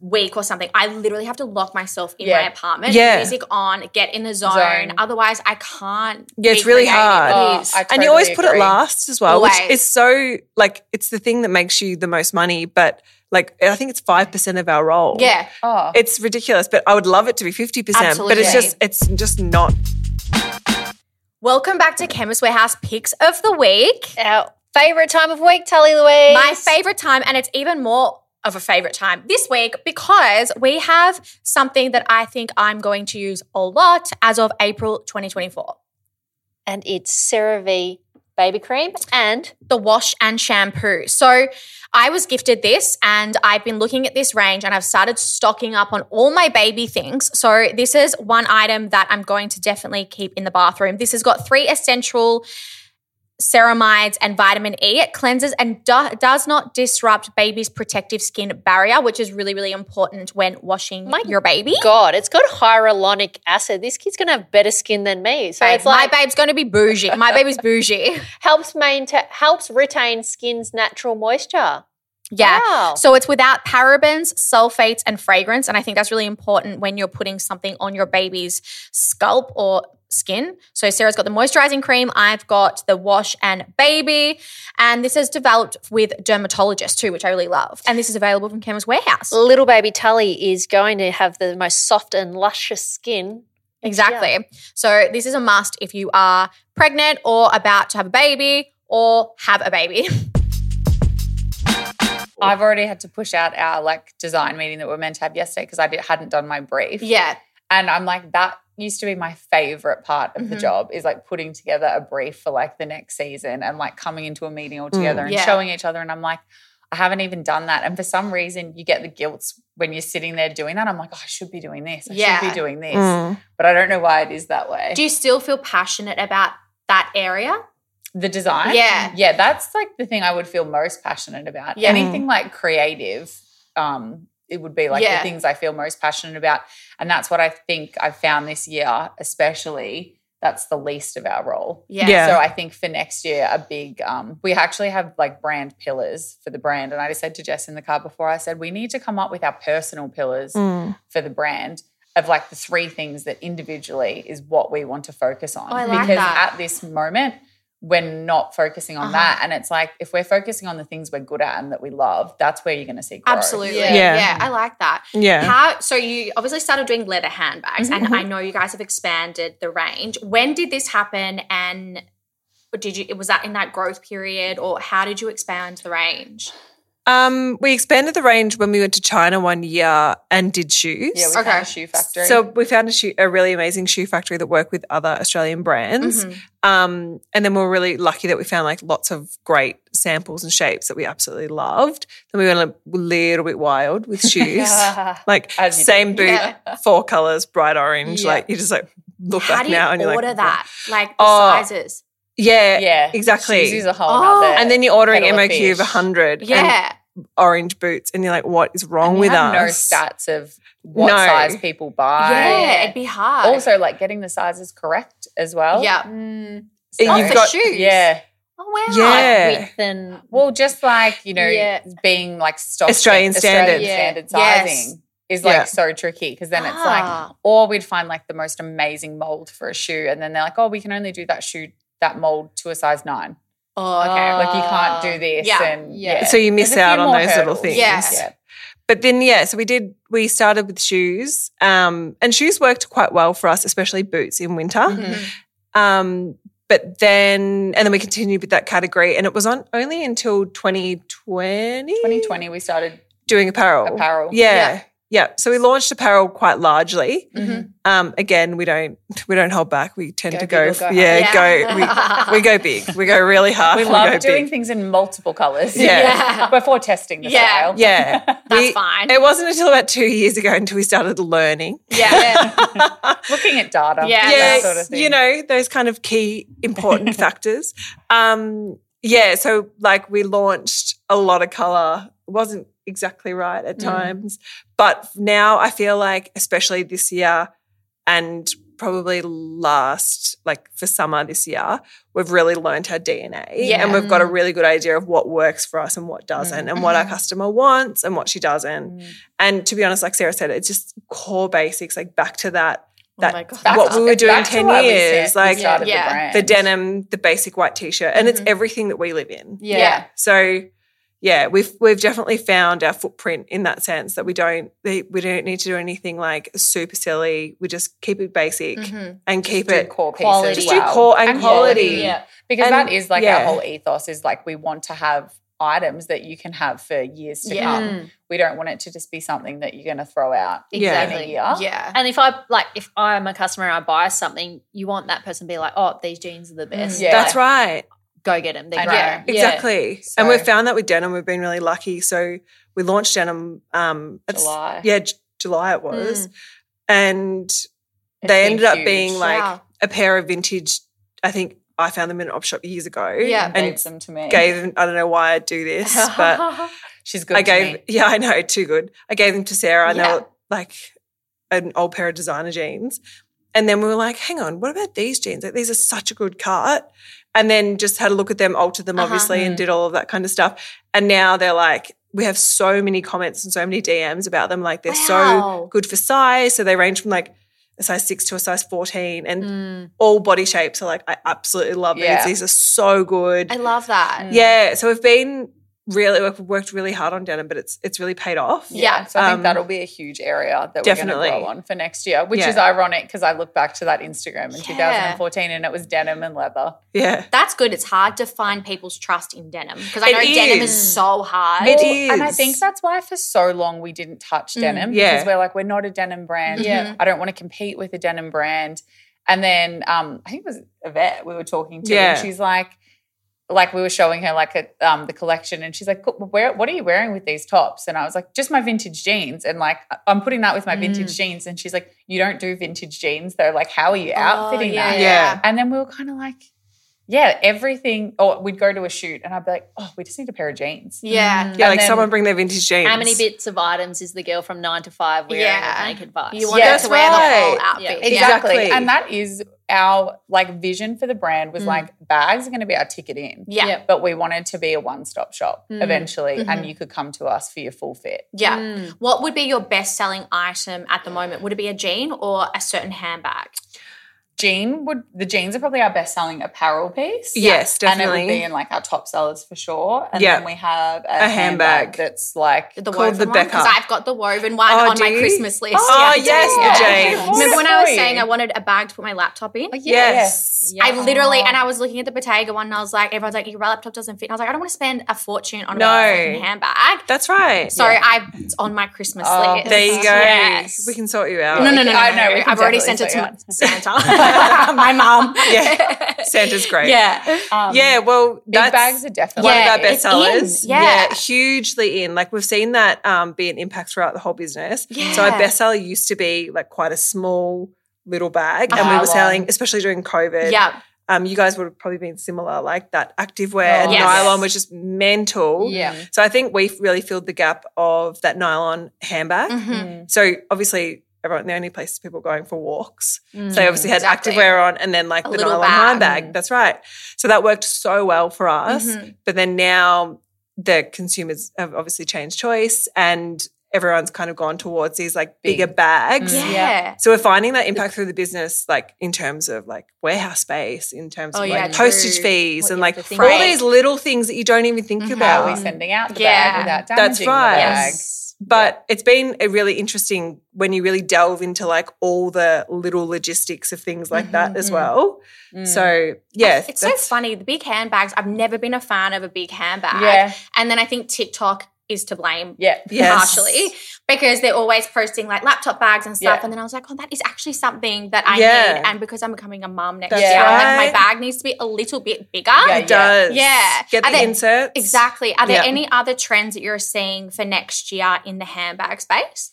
[SPEAKER 1] week or something, I literally have to lock myself in
[SPEAKER 3] Yeah.
[SPEAKER 1] my apartment,
[SPEAKER 4] Yeah.
[SPEAKER 1] music on, get in the zone.
[SPEAKER 3] Zone.
[SPEAKER 1] Otherwise, I can't.
[SPEAKER 4] Yeah, it's
[SPEAKER 1] be
[SPEAKER 4] really
[SPEAKER 1] creative.
[SPEAKER 4] hard.
[SPEAKER 1] It
[SPEAKER 3] Oh,
[SPEAKER 1] is.
[SPEAKER 3] I
[SPEAKER 4] and
[SPEAKER 3] totally
[SPEAKER 4] you always put it
[SPEAKER 3] agree.
[SPEAKER 4] last as well, which
[SPEAKER 1] Always.
[SPEAKER 4] is so like it's the thing that makes you the most money, but like I think it's five percent of our role.
[SPEAKER 1] yeah.
[SPEAKER 3] Oh.
[SPEAKER 4] It's ridiculous, but I would love it to be 50%. But
[SPEAKER 1] Absolutely.
[SPEAKER 4] it's just it's just not.
[SPEAKER 1] Welcome back to Chemist Warehouse Picks of the Week.
[SPEAKER 2] Our favorite time of week, Tully Louise.
[SPEAKER 1] My favorite time, and it's even more of a favorite time this week because we have something that I think I'm going to use a lot as of April 2024.
[SPEAKER 2] and it's CeraVe baby cream and
[SPEAKER 1] the wash and shampoo. So I was gifted this and I've been looking at this range and I've started stocking up on all my baby things. So this is one item that I'm going to definitely keep in the bathroom. This has got three essential ceramides and vitamin E. It cleanses and do- does not disrupt baby's protective skin barrier, which is really, really important when washing your baby.
[SPEAKER 2] God, it's got hyaluronic acid. This kid's gonna have better skin than me. So
[SPEAKER 1] Babe,
[SPEAKER 2] it's like
[SPEAKER 1] my babe's going to be bougie. My baby's bougie.
[SPEAKER 2] helps maintain helps retain skin's natural moisture.
[SPEAKER 1] Yeah.
[SPEAKER 2] Wow.
[SPEAKER 1] So it's without parabens, sulfates, and fragrance. And I think that's really important when you're putting something on your baby's scalp or skin. So Sarah's got the moisturizing cream, I've got the wash and baby. And this is developed with dermatologists too, which I really love. And this is available from Chemist Warehouse.
[SPEAKER 2] Little baby Tully is going to have the most soft and luscious skin.
[SPEAKER 1] Exactly. So this is a must if you are pregnant or about to have a baby or have a baby.
[SPEAKER 3] I've already had to push out our like design meeting that we are meant to have yesterday because I did, hadn't done my brief.
[SPEAKER 1] yeah.
[SPEAKER 3] And I'm like, that used to be my favorite part of the
[SPEAKER 1] Mhm.
[SPEAKER 3] job is like putting together a brief for like the next season and like coming into a meeting all
[SPEAKER 4] Mm.
[SPEAKER 3] together and
[SPEAKER 1] Yeah.
[SPEAKER 3] showing each other. And I'm like, I haven't even done that. And for some reason, you get the guilt when you're sitting there doing that. I'm like, oh, I should be doing this. I should
[SPEAKER 1] Yeah.
[SPEAKER 3] be doing this.
[SPEAKER 4] Mm.
[SPEAKER 3] But I don't know why it is that way.
[SPEAKER 1] Do you still feel passionate about that area?
[SPEAKER 3] the design?
[SPEAKER 1] Yeah.
[SPEAKER 3] Yeah, that's like the thing I would feel most passionate about.
[SPEAKER 1] Yeah.
[SPEAKER 3] Anything like creative, um, it would be like
[SPEAKER 1] Yeah.
[SPEAKER 3] the things I feel most passionate about. And that's what I think I found this year, especially. That's the least of our role.
[SPEAKER 1] Yeah.
[SPEAKER 4] Yeah.
[SPEAKER 3] So I think for next year, a big um, we actually have like brand pillars for the brand. And I just said to Jess in the car before, I said we need to come up with our personal pillars
[SPEAKER 4] Mm.
[SPEAKER 3] for the brand of like the three things that individually is what we want to focus on.
[SPEAKER 1] Oh, I like
[SPEAKER 3] because
[SPEAKER 1] that.
[SPEAKER 3] at this moment, we're not focusing on
[SPEAKER 1] Uh-huh.
[SPEAKER 3] that. And it's like if we're focusing on the things we're good at and that we love, that's where you're gonna see growth.
[SPEAKER 1] Absolutely.
[SPEAKER 2] Yeah.
[SPEAKER 1] Yeah.
[SPEAKER 4] Yeah.
[SPEAKER 1] I like that.
[SPEAKER 4] Yeah. Mm-hmm.
[SPEAKER 1] How so you obviously started doing leather handbags and
[SPEAKER 3] Mhm.
[SPEAKER 1] I know you guys have expanded the range. When did this happen and did you was that in that growth period or how did you expand the range?
[SPEAKER 4] Um, we expanded the range when we went to China one year and did shoes.
[SPEAKER 3] Yeah, we
[SPEAKER 1] Okay.
[SPEAKER 3] found a shoe factory.
[SPEAKER 4] so we found a, shoe, a really amazing shoe factory that worked with other Australian brands.
[SPEAKER 3] Mm-hmm.
[SPEAKER 1] Mhm.
[SPEAKER 4] Um, and then we were really lucky that we found like lots of great samples and shapes that we absolutely loved. Then we went a little bit wild with shoes. Like
[SPEAKER 3] As you do.
[SPEAKER 4] same boot,
[SPEAKER 1] Yeah.
[SPEAKER 4] four colors, bright orange.
[SPEAKER 3] Yeah.
[SPEAKER 4] Like you just like look
[SPEAKER 1] How
[SPEAKER 4] back
[SPEAKER 1] do you
[SPEAKER 4] now and you're
[SPEAKER 1] order
[SPEAKER 4] like,
[SPEAKER 1] that? Like the
[SPEAKER 4] Oh.
[SPEAKER 1] sizes.
[SPEAKER 4] Yeah,
[SPEAKER 3] yeah.
[SPEAKER 4] exactly.
[SPEAKER 3] Shoes is a whole
[SPEAKER 1] Oh.
[SPEAKER 3] nother-
[SPEAKER 4] And then you're ordering
[SPEAKER 3] Kettle of
[SPEAKER 4] MOQ of
[SPEAKER 3] fish.
[SPEAKER 4] 100 and
[SPEAKER 1] Yeah.
[SPEAKER 4] orange boots, and you're like, what is wrong
[SPEAKER 3] And we
[SPEAKER 4] with
[SPEAKER 3] have
[SPEAKER 4] us?
[SPEAKER 3] No stats of what
[SPEAKER 4] No.
[SPEAKER 3] size people buy.
[SPEAKER 1] yeah. It'd be hard.
[SPEAKER 3] also like getting the sizes correct as well.
[SPEAKER 1] Yeah.
[SPEAKER 2] Mm,
[SPEAKER 3] So-
[SPEAKER 4] Oh, for Got-
[SPEAKER 1] shoes?
[SPEAKER 3] Yeah.
[SPEAKER 1] Oh wow.
[SPEAKER 4] Yeah.
[SPEAKER 2] like width and
[SPEAKER 3] Well, just like you know,
[SPEAKER 2] Yeah.
[SPEAKER 3] being like stock
[SPEAKER 4] Australian standard.
[SPEAKER 2] Yeah.
[SPEAKER 3] standard
[SPEAKER 1] Yes.
[SPEAKER 3] sizing is like
[SPEAKER 4] Yeah.
[SPEAKER 3] so tricky because then it's like,
[SPEAKER 1] Ah.
[SPEAKER 3] or we'd find like the most amazing mold for a shoe, and then they're like, oh, we can only do that shoe that mold to a size nine.
[SPEAKER 1] Oh, okay.
[SPEAKER 2] Uh,
[SPEAKER 3] like you can't do this.
[SPEAKER 1] Ah. yeah.
[SPEAKER 3] and
[SPEAKER 2] Yeah.
[SPEAKER 3] yeah.
[SPEAKER 4] So you miss
[SPEAKER 3] There's a few
[SPEAKER 4] out on
[SPEAKER 3] more
[SPEAKER 4] those little
[SPEAKER 3] hurdles.
[SPEAKER 4] things.
[SPEAKER 1] Yes.
[SPEAKER 3] Yeah.
[SPEAKER 4] But then, yeah, so we did, we started with shoes, um, and shoes worked quite well for us, especially boots in winter.
[SPEAKER 1] Mm-hmm.
[SPEAKER 3] Mhm.
[SPEAKER 4] Um, but then, and then we continued with that category, and it was on only until 2020,
[SPEAKER 3] 2020, we started
[SPEAKER 4] doing apparel.
[SPEAKER 3] apparel.
[SPEAKER 4] Oh. Yeah. yeah. So we launched apparel quite largely.
[SPEAKER 1] Mm-hmm.
[SPEAKER 3] Mhm.
[SPEAKER 4] Um, again, we don't we don't hold back. We tend
[SPEAKER 3] Go
[SPEAKER 4] to
[SPEAKER 3] big
[SPEAKER 4] go,
[SPEAKER 3] or go
[SPEAKER 4] yeah,
[SPEAKER 1] home. Yeah.
[SPEAKER 4] go we, we go big. We go really hard.
[SPEAKER 3] We
[SPEAKER 4] go
[SPEAKER 3] love doing
[SPEAKER 4] big.
[SPEAKER 3] things in multiple colors.
[SPEAKER 4] Yeah.
[SPEAKER 1] Yeah.
[SPEAKER 3] Before testing the
[SPEAKER 1] Yeah.
[SPEAKER 3] style.
[SPEAKER 4] Yeah.
[SPEAKER 1] That's
[SPEAKER 4] We-
[SPEAKER 1] fine.
[SPEAKER 4] It wasn't until about two years ago until we started learning.
[SPEAKER 1] yeah.
[SPEAKER 3] Looking at data.
[SPEAKER 1] Yeah.
[SPEAKER 4] yeah,
[SPEAKER 3] That sort of thing.
[SPEAKER 4] you know those kind of key important factors. Um, yeah, so like we launched a lot of color. It wasn't exactly right at
[SPEAKER 3] Mm.
[SPEAKER 4] times, but now I feel like, especially this year, and probably last like for summer this year, we've really learned our DNA,
[SPEAKER 1] Yeah.
[SPEAKER 4] and we've got a really good idea of what works for us and what doesn't, and what our
[SPEAKER 1] Mhm.
[SPEAKER 4] customer wants and what she doesn't.
[SPEAKER 3] Mm-hmm. Mm.
[SPEAKER 4] And to be honest, like Sarah said, it's just core basics, like back to that
[SPEAKER 1] oh my god.
[SPEAKER 3] Back
[SPEAKER 4] What
[SPEAKER 3] to-
[SPEAKER 4] we were doing
[SPEAKER 3] back to
[SPEAKER 4] 10
[SPEAKER 3] why we
[SPEAKER 4] years,
[SPEAKER 3] sta- we
[SPEAKER 4] like-
[SPEAKER 3] started
[SPEAKER 1] Yeah.
[SPEAKER 3] the, brand.
[SPEAKER 4] the denim, the basic white t-shirt, and it's
[SPEAKER 1] Mhm.
[SPEAKER 4] everything that we live in.
[SPEAKER 2] yeah.
[SPEAKER 3] Mm-hmm. Yeah.
[SPEAKER 4] So yeah, we've we've definitely found our footprint in that sense that we don't they- we don't need to do anything like super silly. We just keep it basic
[SPEAKER 1] Mhm.
[SPEAKER 4] and keep
[SPEAKER 3] Mm-hmm. do
[SPEAKER 4] it
[SPEAKER 3] core pieces.
[SPEAKER 2] Quality.
[SPEAKER 4] just
[SPEAKER 3] as well.
[SPEAKER 4] do core and,
[SPEAKER 3] And
[SPEAKER 4] quality.
[SPEAKER 3] quality.
[SPEAKER 2] Yeah.
[SPEAKER 3] because
[SPEAKER 4] And-
[SPEAKER 3] that is like
[SPEAKER 4] yeah.
[SPEAKER 3] our whole ethos is like we want to have items that you can have for years to
[SPEAKER 1] Yeah.
[SPEAKER 3] come.
[SPEAKER 2] Mm,
[SPEAKER 3] We don't want it to just be something that you're going to throw out
[SPEAKER 4] E-, Yeah.
[SPEAKER 3] in a
[SPEAKER 2] exactly.
[SPEAKER 3] year.
[SPEAKER 1] Yeah.
[SPEAKER 2] And if I like, if I'm a customer and I buy something, you want that person to be like, "Oh, these jeans are the best."
[SPEAKER 3] Yeah.
[SPEAKER 4] That's
[SPEAKER 2] Like,
[SPEAKER 4] right.
[SPEAKER 2] Go get them. They're
[SPEAKER 3] I know.
[SPEAKER 2] great.
[SPEAKER 3] Yeah.
[SPEAKER 4] Exactly.
[SPEAKER 3] So-
[SPEAKER 4] And we've found that with denim, we've been really lucky. So we launched denim um at s-
[SPEAKER 3] July. Mm.
[SPEAKER 4] Yeah, J- July it was. And they
[SPEAKER 3] been
[SPEAKER 4] ended up
[SPEAKER 3] huge.
[SPEAKER 4] being like
[SPEAKER 1] Wow.
[SPEAKER 4] a pair of vintage. I think I found them in an op shop years ago.
[SPEAKER 1] Yeah.
[SPEAKER 3] Gave
[SPEAKER 4] and
[SPEAKER 3] them to me.
[SPEAKER 4] gave them. I don't know why I do this, but
[SPEAKER 3] She's good.
[SPEAKER 4] I
[SPEAKER 3] to
[SPEAKER 4] gave.
[SPEAKER 3] me.
[SPEAKER 4] Yeah, I know. Too good. I gave them to Sarah. and they
[SPEAKER 1] Yeah.
[SPEAKER 4] were like an old pair of designer jeans, and then we were like, "Hang on, what about these jeans? Like these are such a good cut." And then just had a look at them, altered them
[SPEAKER 1] Uh-huh.
[SPEAKER 4] obviously, and
[SPEAKER 3] Mm.
[SPEAKER 4] did all of that kind of stuff. And now they're like, we have so many comments and so many DMs about them. Like they're so
[SPEAKER 1] Wow.
[SPEAKER 4] good for size. So they range from like a size six to a size fourteen, and
[SPEAKER 2] Mm.
[SPEAKER 4] all body shapes are like I absolutely love these.
[SPEAKER 3] Yeah.
[SPEAKER 4] These are so good.
[SPEAKER 1] I love that.
[SPEAKER 3] Mm.
[SPEAKER 4] yeah, so we've been really we've worked really hard on denim, but it's it's really paid off.
[SPEAKER 1] Yeah.
[SPEAKER 3] So I think
[SPEAKER 4] Um,
[SPEAKER 3] that'll be a huge area that we're
[SPEAKER 4] definitely.
[SPEAKER 3] going to grow on for next year, which
[SPEAKER 4] Yeah.
[SPEAKER 3] is ironic because I look back to that Instagram in
[SPEAKER 1] Yeah.
[SPEAKER 3] 2014 and it was denim and leather.
[SPEAKER 4] Yeah,
[SPEAKER 1] That's good. It's hard to find people's trust in denim because I
[SPEAKER 4] It
[SPEAKER 1] know denim is
[SPEAKER 4] is.
[SPEAKER 1] so hard.
[SPEAKER 4] It
[SPEAKER 3] Well, And I
[SPEAKER 4] is.
[SPEAKER 3] think that's why for so long we didn't touch
[SPEAKER 1] Mm,
[SPEAKER 3] denim
[SPEAKER 4] yeah. Mm-hmm.
[SPEAKER 3] because we're like, we're not a denim brand.
[SPEAKER 2] Yeah.
[SPEAKER 3] I don't want to compete with a denim brand. And then um, I think it was Yvette we were talking to,
[SPEAKER 4] Yeah.
[SPEAKER 3] and she's like, like we were showing her like a, um, the collection and she's like "Cool, where, what are you wearing with these tops and i was like just my vintage jeans and like i'm putting that with my
[SPEAKER 4] Mm.
[SPEAKER 3] vintage jeans and she's like you don't do vintage jeans though like how are you outfitting
[SPEAKER 1] Oh, yeah,
[SPEAKER 3] that
[SPEAKER 4] Oh, yeah.
[SPEAKER 3] and then we were kind of like yeah everything or we'd go to a shoot and i'd be like oh we just need a pair of jeans
[SPEAKER 1] Yeah.
[SPEAKER 4] Yeah,
[SPEAKER 3] And
[SPEAKER 4] like
[SPEAKER 3] then-
[SPEAKER 4] someone bring their vintage jeans.
[SPEAKER 2] How many bits of items is the girl from nine to five wearing
[SPEAKER 1] Yeah.
[SPEAKER 2] with naked vice?
[SPEAKER 1] You want
[SPEAKER 3] Yeah,
[SPEAKER 1] her to wear the whole
[SPEAKER 4] that's
[SPEAKER 2] right.
[SPEAKER 1] outfit.
[SPEAKER 4] Yeah.
[SPEAKER 3] Exactly.
[SPEAKER 4] Exactly.
[SPEAKER 3] And that is our like vision for the brand was
[SPEAKER 2] Mm.
[SPEAKER 3] like bags are going to be our ticket
[SPEAKER 1] Yeah.
[SPEAKER 3] in.
[SPEAKER 1] Yeah.
[SPEAKER 2] Yeah.
[SPEAKER 3] But we wanted to be a one-stop shop
[SPEAKER 2] Mm.
[SPEAKER 3] eventually
[SPEAKER 4] Mm-hmm.
[SPEAKER 3] and you could come to us for your full fit.
[SPEAKER 1] Yeah.
[SPEAKER 2] Mm.
[SPEAKER 1] What would be your best selling item at the moment? Would it be a jean or a certain handbag?
[SPEAKER 3] Jean would the jeans are probably our best-selling apparel piece.
[SPEAKER 4] Yes,
[SPEAKER 3] And it would be
[SPEAKER 4] definitely.
[SPEAKER 3] in like our top sellers for sure. And
[SPEAKER 4] Yeah.
[SPEAKER 3] then we have a,
[SPEAKER 4] A handbag.
[SPEAKER 3] that's like
[SPEAKER 1] The
[SPEAKER 4] Called
[SPEAKER 1] woven
[SPEAKER 4] the
[SPEAKER 1] one? Because
[SPEAKER 4] Becca.
[SPEAKER 1] I've got the woven one
[SPEAKER 4] Oh,
[SPEAKER 1] on
[SPEAKER 4] do
[SPEAKER 1] my
[SPEAKER 4] you?
[SPEAKER 1] Christmas list.
[SPEAKER 4] Oh,
[SPEAKER 1] Yeah.
[SPEAKER 4] yes,
[SPEAKER 1] Yeah.
[SPEAKER 4] the jeans.
[SPEAKER 1] Remember when I was
[SPEAKER 3] Honestly.
[SPEAKER 1] saying I wanted a bag to put my laptop in?
[SPEAKER 4] Yes.
[SPEAKER 2] Yeah.
[SPEAKER 1] I literally, and I was looking at the Bottega one, and I was like, everyone's like, your laptop doesn't fit. And I was like, I don't want to spend a fortune on a
[SPEAKER 4] No.
[SPEAKER 1] fucking handbag.
[SPEAKER 4] That's right.
[SPEAKER 1] So I, it's on my Christmas
[SPEAKER 3] Oh,
[SPEAKER 1] list.
[SPEAKER 4] there you go.
[SPEAKER 1] Yes.
[SPEAKER 4] We can Oh, sort you out.
[SPEAKER 1] no, no, no, no, no.
[SPEAKER 3] I know, we
[SPEAKER 1] no.
[SPEAKER 3] can
[SPEAKER 1] I've already
[SPEAKER 3] definitely
[SPEAKER 1] sent it
[SPEAKER 3] sort
[SPEAKER 1] to Santa, my mom.
[SPEAKER 4] Yeah. Santa's great.
[SPEAKER 1] Yeah.
[SPEAKER 3] Um,
[SPEAKER 4] Yeah, well,
[SPEAKER 3] Big
[SPEAKER 4] that's
[SPEAKER 3] bags are definitely
[SPEAKER 4] one
[SPEAKER 1] Yeah,
[SPEAKER 4] of our best
[SPEAKER 1] it's in.
[SPEAKER 4] sellers.
[SPEAKER 1] Yeah.
[SPEAKER 4] hugely in. Like we've seen that um, be an impact throughout the whole business. So
[SPEAKER 1] Yeah.
[SPEAKER 4] our bestseller used to be like quite a small little bag, and we
[SPEAKER 1] Uh-huh.
[SPEAKER 4] were selling, especially during COVID.
[SPEAKER 1] Yeah.
[SPEAKER 4] um, you guys would have probably been similar, like that activewear
[SPEAKER 3] Oh,
[SPEAKER 4] and
[SPEAKER 1] yes.
[SPEAKER 4] nylon was just mental.
[SPEAKER 2] Yeah.
[SPEAKER 4] So I think we really filled the gap of that nylon handbag.
[SPEAKER 1] Mhm.
[SPEAKER 3] Mm.
[SPEAKER 4] So obviously, everyone the only place people were going for walks.
[SPEAKER 2] Mm.
[SPEAKER 4] So they obviously had
[SPEAKER 1] Exactly.
[SPEAKER 4] activewear on and then like
[SPEAKER 1] A
[SPEAKER 4] the
[SPEAKER 1] little
[SPEAKER 4] nylon
[SPEAKER 1] bag.
[SPEAKER 4] handbag. That's right. So that worked so well for us.
[SPEAKER 1] Mhm.
[SPEAKER 4] But then now the consumers have obviously changed choice and everyone's kind of gone towards these like
[SPEAKER 3] Big.
[SPEAKER 4] bigger bags.
[SPEAKER 1] Yeah.
[SPEAKER 3] Mm.
[SPEAKER 4] So we're finding that impact through the business, like in terms of like warehouse space, in terms
[SPEAKER 1] Oh,
[SPEAKER 4] of
[SPEAKER 1] yeah,
[SPEAKER 4] like postage
[SPEAKER 1] true.
[SPEAKER 4] fees,
[SPEAKER 2] What
[SPEAKER 4] and
[SPEAKER 2] you
[SPEAKER 4] like
[SPEAKER 2] have to
[SPEAKER 4] all
[SPEAKER 1] think.
[SPEAKER 4] these little things that you don't even think
[SPEAKER 1] Mhm.
[SPEAKER 3] How
[SPEAKER 4] about.
[SPEAKER 3] are we sending out the
[SPEAKER 1] Yeah.
[SPEAKER 3] bag without damaging
[SPEAKER 4] Um, That's right.
[SPEAKER 3] the bag?
[SPEAKER 1] Yes.
[SPEAKER 4] But it's been a really interesting when you really delve into like all the little logistics of things like that as
[SPEAKER 3] Mhm.
[SPEAKER 4] well.
[SPEAKER 3] Mm.
[SPEAKER 4] So yeah,
[SPEAKER 1] Mm-hmm, It's so
[SPEAKER 4] that's-
[SPEAKER 1] funny. The big handbags, I've never been a fan of a big handbag.
[SPEAKER 3] yeah,
[SPEAKER 1] And then I think TikTok is to blame
[SPEAKER 3] yeah.
[SPEAKER 4] Yes.
[SPEAKER 1] partially because they're always posting like laptop bags and stuff.
[SPEAKER 3] Yeah.
[SPEAKER 1] And then I was like, oh, that is actually something that I
[SPEAKER 4] Yeah.
[SPEAKER 1] need. And because I'm becoming a mom next
[SPEAKER 4] That's
[SPEAKER 1] year, I'm like,
[SPEAKER 4] right.
[SPEAKER 1] my bag needs to be a little bit bigger.
[SPEAKER 3] Yeah,
[SPEAKER 4] It does.
[SPEAKER 1] Yeah.
[SPEAKER 4] Get
[SPEAKER 1] Are
[SPEAKER 4] the
[SPEAKER 1] they-
[SPEAKER 4] inserts.
[SPEAKER 1] Exactly. Are there
[SPEAKER 4] Yeah.
[SPEAKER 1] any other trends that you're seeing for next year in the handbag space?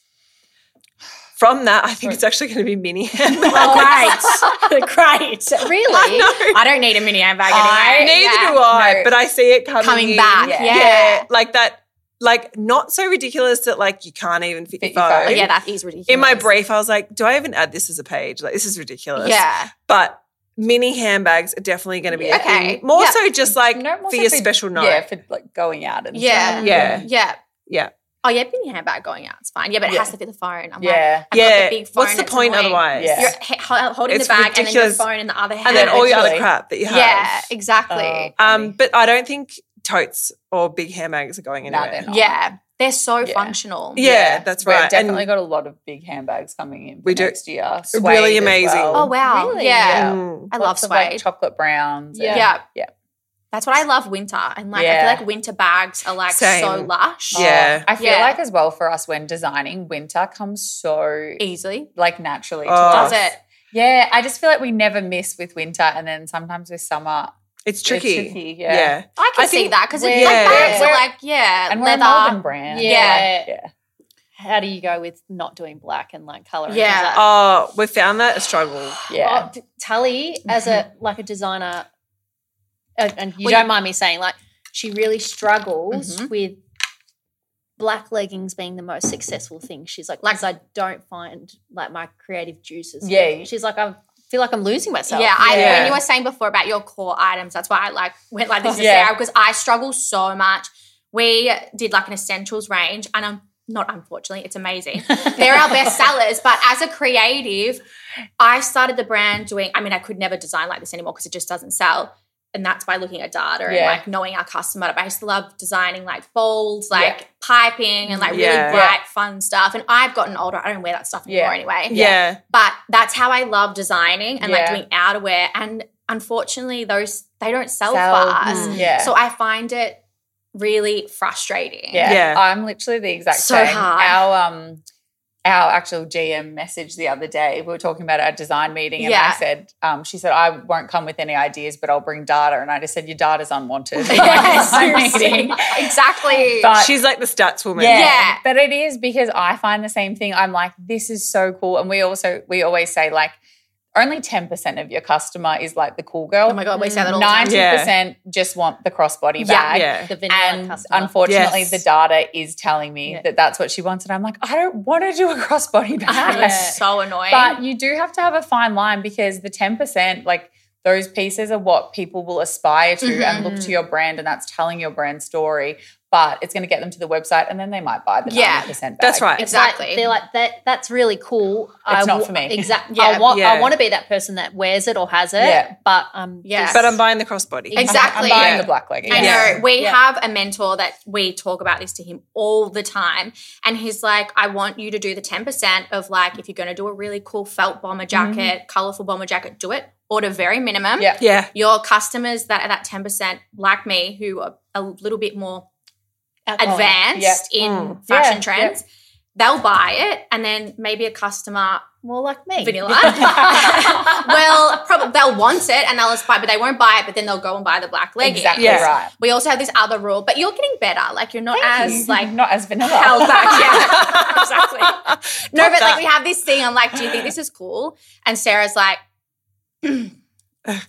[SPEAKER 4] From that, I think it's actually going to be mini handbags.
[SPEAKER 1] Oh, great. great.
[SPEAKER 2] Really?
[SPEAKER 1] I don't need a mini handbag
[SPEAKER 3] I-
[SPEAKER 1] anyway.
[SPEAKER 4] Neither
[SPEAKER 1] Yeah.
[SPEAKER 4] do I,
[SPEAKER 3] No.
[SPEAKER 4] but I see it coming,
[SPEAKER 1] Coming
[SPEAKER 4] in.
[SPEAKER 1] back.
[SPEAKER 3] Yeah.
[SPEAKER 1] Yeah.
[SPEAKER 4] yeah, like that, like not so ridiculous that like you can't even fit,
[SPEAKER 3] Fit
[SPEAKER 4] your
[SPEAKER 3] your
[SPEAKER 4] phone.
[SPEAKER 3] phone.
[SPEAKER 1] Yeah, that is ridiculous.
[SPEAKER 4] In my brief, I was like, do I even add this as a page? Like, this is ridiculous.
[SPEAKER 1] Yeah.
[SPEAKER 4] But mini handbags are definitely going to be a
[SPEAKER 1] Okay.
[SPEAKER 4] thing. More
[SPEAKER 1] Yeah.
[SPEAKER 4] so just like
[SPEAKER 3] No, more
[SPEAKER 4] for
[SPEAKER 3] so
[SPEAKER 4] your
[SPEAKER 3] for-
[SPEAKER 4] special night.
[SPEAKER 3] Yeah, for like going out and
[SPEAKER 1] Yeah.
[SPEAKER 3] stuff.
[SPEAKER 4] Yeah.
[SPEAKER 1] Yeah.
[SPEAKER 4] Yeah.
[SPEAKER 1] Oh, yeah, mini handbag going out. It's fine. Yeah, but it
[SPEAKER 3] Yeah.
[SPEAKER 1] has to fit the phone. I'm like,
[SPEAKER 3] Yeah.
[SPEAKER 1] I've got
[SPEAKER 4] Yeah.
[SPEAKER 1] the big phone,
[SPEAKER 4] What's the
[SPEAKER 1] it's
[SPEAKER 4] point
[SPEAKER 1] annoying.
[SPEAKER 4] otherwise?
[SPEAKER 3] Yeah.
[SPEAKER 1] You're he- ho- holding
[SPEAKER 4] It's
[SPEAKER 1] the bag and
[SPEAKER 4] ridiculous.
[SPEAKER 1] then your phone in the other hand.
[SPEAKER 4] And then all your other
[SPEAKER 3] Actually.
[SPEAKER 4] crap that you have.
[SPEAKER 1] yeah, exactly.
[SPEAKER 4] Um, but I don't think totes or big handbags are going
[SPEAKER 3] No,
[SPEAKER 4] anywhere.
[SPEAKER 3] they're not.
[SPEAKER 1] yeah, they're so
[SPEAKER 3] Yeah.
[SPEAKER 1] functional.
[SPEAKER 4] Oh, Yeah, that's right.
[SPEAKER 3] We've
[SPEAKER 4] And-
[SPEAKER 3] definitely got a lot of big handbags coming in. For
[SPEAKER 4] We do.
[SPEAKER 3] next year.
[SPEAKER 4] Really
[SPEAKER 3] Suede as
[SPEAKER 4] amazing.
[SPEAKER 3] well.
[SPEAKER 1] Oh wow.
[SPEAKER 2] Really?
[SPEAKER 1] Yeah.
[SPEAKER 3] Yeah.
[SPEAKER 4] Mm.
[SPEAKER 1] I love
[SPEAKER 3] Lots
[SPEAKER 1] suede.
[SPEAKER 3] of, like, chocolate browns.
[SPEAKER 1] yeah.
[SPEAKER 3] and- Yeah.
[SPEAKER 1] That's what I love winter. And like I
[SPEAKER 3] Yeah.
[SPEAKER 1] feel like winter bags are like so
[SPEAKER 4] Same.
[SPEAKER 1] lush.
[SPEAKER 4] Yeah.
[SPEAKER 3] I feel
[SPEAKER 1] Yeah.
[SPEAKER 3] like as well for us when designing, winter comes so
[SPEAKER 1] Easily.
[SPEAKER 3] like naturally to
[SPEAKER 4] Oh.
[SPEAKER 3] us.
[SPEAKER 1] Does it?
[SPEAKER 3] Yeah, I just feel like we never miss with winter, and then sometimes with summer,
[SPEAKER 4] It's
[SPEAKER 3] it's
[SPEAKER 4] tricky.
[SPEAKER 3] tricky,
[SPEAKER 4] Yeah.
[SPEAKER 3] yeah.
[SPEAKER 1] I can
[SPEAKER 4] I
[SPEAKER 1] see
[SPEAKER 4] think
[SPEAKER 1] that because
[SPEAKER 2] we're-
[SPEAKER 1] it's like bags are
[SPEAKER 3] we're-
[SPEAKER 1] like, yeah,
[SPEAKER 3] and we're a Melbourne
[SPEAKER 1] leather.
[SPEAKER 3] brand.
[SPEAKER 2] Yeah.
[SPEAKER 3] yeah.
[SPEAKER 2] How do you go with not doing black and like colour? and
[SPEAKER 1] Yeah.
[SPEAKER 3] Uh,
[SPEAKER 2] things like that?
[SPEAKER 4] Oh, we found that a struggle.
[SPEAKER 3] yeah.
[SPEAKER 2] Oh, t- Tully, as a like a designer, and, and you
[SPEAKER 1] Well,
[SPEAKER 2] don't mind me saying, like she really struggles
[SPEAKER 3] Mhm.
[SPEAKER 2] with black leggings being the most successful thing. She's like,
[SPEAKER 1] Like-
[SPEAKER 2] because I don't find like my creative juices.
[SPEAKER 3] Yeah.
[SPEAKER 2] she's like, I feel like I'm losing myself.
[SPEAKER 1] Yeah, Oh I,
[SPEAKER 4] Yeah.
[SPEAKER 1] when you were saying before about your core items, that's why I like went like this to
[SPEAKER 3] Yeah.
[SPEAKER 1] Sarah because I struggle so much. We did like an essentials range, and I'm not unfortunately, it's amazing. They're our best sellers, but as a creative, I started the brand doing. I mean, I could never design like this anymore because it just doesn't sell. And that's by looking at data and
[SPEAKER 3] Yeah.
[SPEAKER 1] like knowing our customer. But I just love designing like bolds,
[SPEAKER 3] Yeah.
[SPEAKER 1] like piping, and like really
[SPEAKER 4] Yeah.
[SPEAKER 1] bright, fun stuff. And I've gotten older. I don't wear that stuff anymore
[SPEAKER 3] Yeah.
[SPEAKER 1] anyway
[SPEAKER 4] Yeah.
[SPEAKER 1] but that's how I love designing and
[SPEAKER 3] Yeah.
[SPEAKER 1] like doing outerwear. And unfortunately, those they don't sell,
[SPEAKER 3] Sell.
[SPEAKER 1] fast.
[SPEAKER 4] Mm.
[SPEAKER 3] Yeah.
[SPEAKER 1] So I find it really frustrating.
[SPEAKER 3] Yeah.
[SPEAKER 4] Yeah.
[SPEAKER 3] I'm literally the exact
[SPEAKER 1] So
[SPEAKER 3] same.
[SPEAKER 1] hard.
[SPEAKER 3] Our um our actual GM message the other day. We were talking about our design meeting, and
[SPEAKER 1] Yeah.
[SPEAKER 3] I said, um, she said, I won't come with any ideas, but I'll bring data. And I just said, your data's unwanted. in my design meeting.
[SPEAKER 1] exactly.
[SPEAKER 3] But
[SPEAKER 4] She's like the stats woman.
[SPEAKER 3] yeah.
[SPEAKER 1] Yeah.
[SPEAKER 3] But it is because I find the same thing. I'm like, this is so cool. And we also we always say like only 10% of your customer is like the cool girl.
[SPEAKER 6] Oh my god, we say that all the time.
[SPEAKER 3] 90% just want the crossbody
[SPEAKER 1] Yeah.
[SPEAKER 3] bag.
[SPEAKER 4] Yeah.
[SPEAKER 2] Mm, The vanilla
[SPEAKER 3] And
[SPEAKER 2] customer.
[SPEAKER 3] unfortunately,
[SPEAKER 4] Yes.
[SPEAKER 3] the data is telling me
[SPEAKER 2] Yeah.
[SPEAKER 3] that that's what she wants. And I'm like, I don't want to do a crossbody bag.
[SPEAKER 1] That is so annoying.
[SPEAKER 3] But you do have to have a fine line because the 10%, like those pieces are what people will aspire to and look
[SPEAKER 4] Mm-hmm.
[SPEAKER 3] to your brand, and that's telling your brand story. But it's going to get them to the website and then they might buy the
[SPEAKER 1] Yeah,
[SPEAKER 3] 90% bag.
[SPEAKER 4] That's right.
[SPEAKER 2] It's like-
[SPEAKER 1] Exactly.
[SPEAKER 2] they're like that. That's really cool.
[SPEAKER 3] It's not
[SPEAKER 2] wa-
[SPEAKER 3] for me.
[SPEAKER 2] Exactly.
[SPEAKER 1] Yeah.
[SPEAKER 2] I want.
[SPEAKER 4] Yeah.
[SPEAKER 2] I want to be that person that wears it or has it.
[SPEAKER 3] Yeah.
[SPEAKER 2] But um.
[SPEAKER 1] Yeah.
[SPEAKER 2] just-
[SPEAKER 4] But I'm buying the crossbody.
[SPEAKER 2] Exactly.
[SPEAKER 1] exactly.
[SPEAKER 3] I'm buying
[SPEAKER 4] Yeah.
[SPEAKER 3] the black leggings.
[SPEAKER 1] I
[SPEAKER 4] Yeah.
[SPEAKER 1] know. We
[SPEAKER 2] Yeah.
[SPEAKER 1] have a mentor that we talk about this to him all the time. And he's like, I want you to do the 10% of like, if you're going to do a really cool felt bomber
[SPEAKER 3] Mm-hmm.
[SPEAKER 1] jacket, colorful bomber jacket, do it. Order very minimum.
[SPEAKER 3] Yeah.
[SPEAKER 4] Yeah.
[SPEAKER 1] Your customers that are that 10%, like me, who are a little bit more
[SPEAKER 2] Outgoing.
[SPEAKER 1] advanced in
[SPEAKER 4] Mm.
[SPEAKER 1] fashion
[SPEAKER 3] Yeah.
[SPEAKER 1] trends, they'll buy it. And then maybe a customer
[SPEAKER 2] More like me.
[SPEAKER 1] vanilla. well, probably they'll want it and they'll aspire, but they won't buy it. But then they'll go and buy the black leggings.
[SPEAKER 3] Exactly
[SPEAKER 4] Yeah.
[SPEAKER 3] right.
[SPEAKER 1] We also have this other rule, but you're getting better. Like you're not as like
[SPEAKER 3] not as vanilla.
[SPEAKER 1] held back. Yeah, exactly. No,
[SPEAKER 4] Love
[SPEAKER 1] but
[SPEAKER 4] that.
[SPEAKER 1] like we have this thing. I'm like, do you think this is cool? And Sarah's like, no,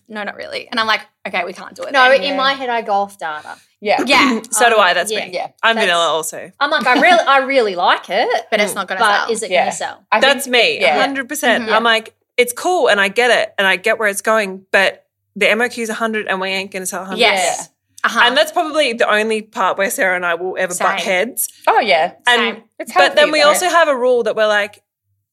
[SPEAKER 1] not really. And I'm like, okay, we can't do it.
[SPEAKER 2] No,
[SPEAKER 1] then.
[SPEAKER 2] in my head, I go off data.
[SPEAKER 3] Yeah.
[SPEAKER 1] yeah,
[SPEAKER 4] So do I. That's
[SPEAKER 2] yeah.
[SPEAKER 4] me.
[SPEAKER 3] Um, Yeah.
[SPEAKER 4] I'm
[SPEAKER 2] That's-
[SPEAKER 4] vanilla also.
[SPEAKER 2] I'm like, I really, I really like it,
[SPEAKER 1] but it's not gonna
[SPEAKER 2] Mm, but
[SPEAKER 1] sell.
[SPEAKER 2] is it
[SPEAKER 3] Yeah.
[SPEAKER 2] gonna sell?
[SPEAKER 3] I think
[SPEAKER 4] That's me.
[SPEAKER 3] yeah. Mm-hmm.
[SPEAKER 4] 100%. percent
[SPEAKER 1] Mhm.
[SPEAKER 4] I'm like, it's cool and I get it and I get where it's going, but the MOQ is 100 and we ain't going to sell 100.
[SPEAKER 1] yes, uh-huh.
[SPEAKER 4] And that's probably the only part where Sarah and I will ever
[SPEAKER 1] Same.
[SPEAKER 4] butt heads.
[SPEAKER 3] Oh yeah.
[SPEAKER 4] And
[SPEAKER 1] Same.
[SPEAKER 3] It's
[SPEAKER 4] but then
[SPEAKER 3] healthy,
[SPEAKER 4] we
[SPEAKER 3] though.
[SPEAKER 4] also have a rule that we're like,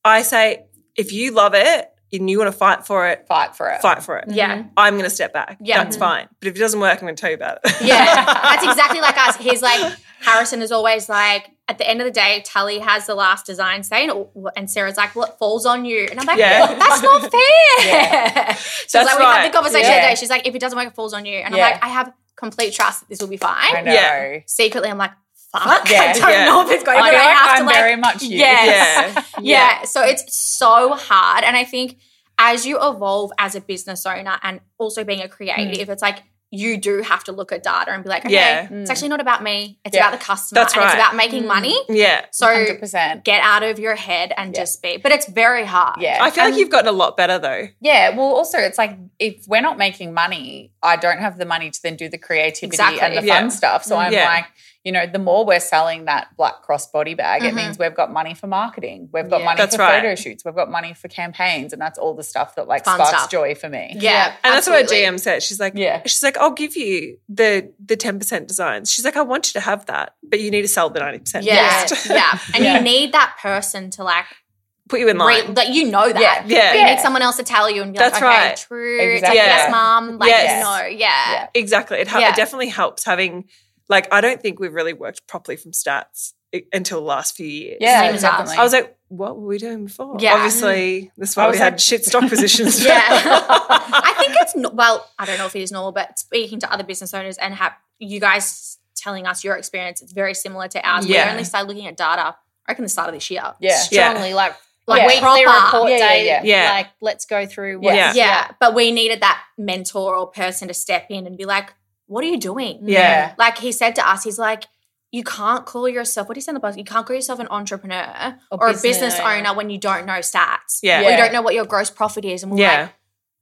[SPEAKER 4] I say, if you love it and you want to fight for it,
[SPEAKER 3] fight for it.
[SPEAKER 4] fight for it.
[SPEAKER 1] yeah.
[SPEAKER 4] I'm going to step back.
[SPEAKER 1] Yeah. Mm-hmm.
[SPEAKER 4] That's fine. But if it doesn't work, I'm going to tell you about it.
[SPEAKER 1] Yeah, that's exactly like us. He's like Harrison is always like at the end of the day, Tully has the last design say, and- and Sarah's like, "Well, it falls on you," and I'm like,
[SPEAKER 4] Yeah.
[SPEAKER 1] "Well, "That's not fair." She's
[SPEAKER 4] That's
[SPEAKER 1] like, "We
[SPEAKER 4] right.
[SPEAKER 1] had the conversation
[SPEAKER 3] Yeah.
[SPEAKER 1] today." She's like, "If it doesn't work, it falls on you," and
[SPEAKER 3] Yeah.
[SPEAKER 1] I'm like, "I have complete trust that this will be
[SPEAKER 3] I
[SPEAKER 1] fine."
[SPEAKER 3] know.
[SPEAKER 4] Yeah.
[SPEAKER 1] Secretly, I'm like, "Fuck,
[SPEAKER 3] Yeah.
[SPEAKER 1] I don't
[SPEAKER 4] Yeah.
[SPEAKER 1] know if it's going."
[SPEAKER 3] I
[SPEAKER 1] but
[SPEAKER 3] feel
[SPEAKER 1] I
[SPEAKER 3] like
[SPEAKER 1] have
[SPEAKER 3] I'm
[SPEAKER 1] to like,
[SPEAKER 3] very much you.
[SPEAKER 1] yes,
[SPEAKER 4] Yeah.
[SPEAKER 1] yeah. So it's so hard. And I think as you evolve as a business owner and also being a creative, it's like you do have to look at data and be like, okay,
[SPEAKER 4] Yeah.
[SPEAKER 1] it's actually not about me. It's
[SPEAKER 3] Yeah.
[SPEAKER 1] about the customer.
[SPEAKER 4] That's
[SPEAKER 1] and it's
[SPEAKER 4] right.
[SPEAKER 1] about making money.
[SPEAKER 4] Yeah.
[SPEAKER 1] So
[SPEAKER 3] 100%.
[SPEAKER 1] get out of your head and
[SPEAKER 3] Yeah.
[SPEAKER 1] just be. But it's very hard.
[SPEAKER 3] Yeah.
[SPEAKER 4] I feel
[SPEAKER 1] Um,
[SPEAKER 4] like you've gotten a lot better though.
[SPEAKER 3] Yeah, well, also it's like if we're not making money, I don't have the money to then do the creativity
[SPEAKER 1] Exactly.
[SPEAKER 3] and the
[SPEAKER 4] Yeah.
[SPEAKER 3] fun stuff. So I'm
[SPEAKER 4] Yeah.
[SPEAKER 3] like, you know, the more we're selling that black cross body bag,
[SPEAKER 1] Mhm.
[SPEAKER 3] it means we've got money for marketing, we've got
[SPEAKER 6] Yeah.
[SPEAKER 3] money
[SPEAKER 4] That's
[SPEAKER 3] for
[SPEAKER 4] right.
[SPEAKER 3] photo shoots, we've got money for campaigns, and that's all the stuff that like
[SPEAKER 1] Fun
[SPEAKER 3] sparks
[SPEAKER 1] stuff.
[SPEAKER 3] joy for me.
[SPEAKER 1] Yeah.
[SPEAKER 4] And that's what our
[SPEAKER 1] absolutely.
[SPEAKER 4] GM said. She's like,
[SPEAKER 3] Yeah.
[SPEAKER 4] She's like, I'll give you the the ten percent designs. She's like, I want you to have that, but you need to sell the ninety percent.
[SPEAKER 1] Yeah.
[SPEAKER 4] first.
[SPEAKER 1] yeah. And
[SPEAKER 3] Yeah.
[SPEAKER 1] you need that person to like,
[SPEAKER 4] put you in line.
[SPEAKER 1] re- that you know that.
[SPEAKER 3] Yeah.
[SPEAKER 4] yeah,
[SPEAKER 1] You
[SPEAKER 3] Yeah.
[SPEAKER 1] need someone else to tell you and be
[SPEAKER 4] That's
[SPEAKER 1] like, okay,
[SPEAKER 4] right.
[SPEAKER 1] true. Like,
[SPEAKER 3] Exactly.
[SPEAKER 1] yes,
[SPEAKER 4] Yeah.
[SPEAKER 1] mom. Like,
[SPEAKER 4] Yes.
[SPEAKER 1] no, yeah.
[SPEAKER 3] Yeah.
[SPEAKER 4] exactly. It, ha-
[SPEAKER 1] Yeah.
[SPEAKER 4] it definitely helps having like I don't think we've really worked properly from stats i- until the last few years.
[SPEAKER 3] Yeah,
[SPEAKER 1] Same as us.
[SPEAKER 3] definitely.
[SPEAKER 4] I was like, what were we doing before?
[SPEAKER 1] Yeah.
[SPEAKER 4] Obviously, that's why
[SPEAKER 3] I
[SPEAKER 4] we
[SPEAKER 3] was
[SPEAKER 4] had
[SPEAKER 3] like-
[SPEAKER 4] shit stock positions.
[SPEAKER 1] Yeah. I think it's no- well, I don't know if it is normal, but speaking to other business owners and have you guys telling us your experience, it's very similar to ours.
[SPEAKER 4] Yeah.
[SPEAKER 1] We only started looking at data. I reckon the start of this year.
[SPEAKER 3] Yeah.
[SPEAKER 4] Yeah.
[SPEAKER 2] Strongly, like
[SPEAKER 1] Like
[SPEAKER 3] Yeah.
[SPEAKER 2] weekly
[SPEAKER 1] proper.
[SPEAKER 2] report
[SPEAKER 3] Yeah, yeah,
[SPEAKER 2] day.
[SPEAKER 3] yeah.
[SPEAKER 4] Yeah.
[SPEAKER 2] Like let's go through.
[SPEAKER 3] Yeah.
[SPEAKER 2] What,
[SPEAKER 4] Yeah.
[SPEAKER 1] Yeah. But we needed that mentor or person to step in and be like, what are you doing?
[SPEAKER 4] Yeah.
[SPEAKER 1] Like he said to us, he's like, you can't call yourself, what do you say in the bus? You can't call yourself an entrepreneur
[SPEAKER 2] Or
[SPEAKER 1] or, a
[SPEAKER 2] business
[SPEAKER 1] business
[SPEAKER 2] owner.
[SPEAKER 1] owner when you don't know stats.
[SPEAKER 4] Yeah.
[SPEAKER 1] Or you don't know what your gross profit is. And we're
[SPEAKER 4] Yeah.
[SPEAKER 1] like,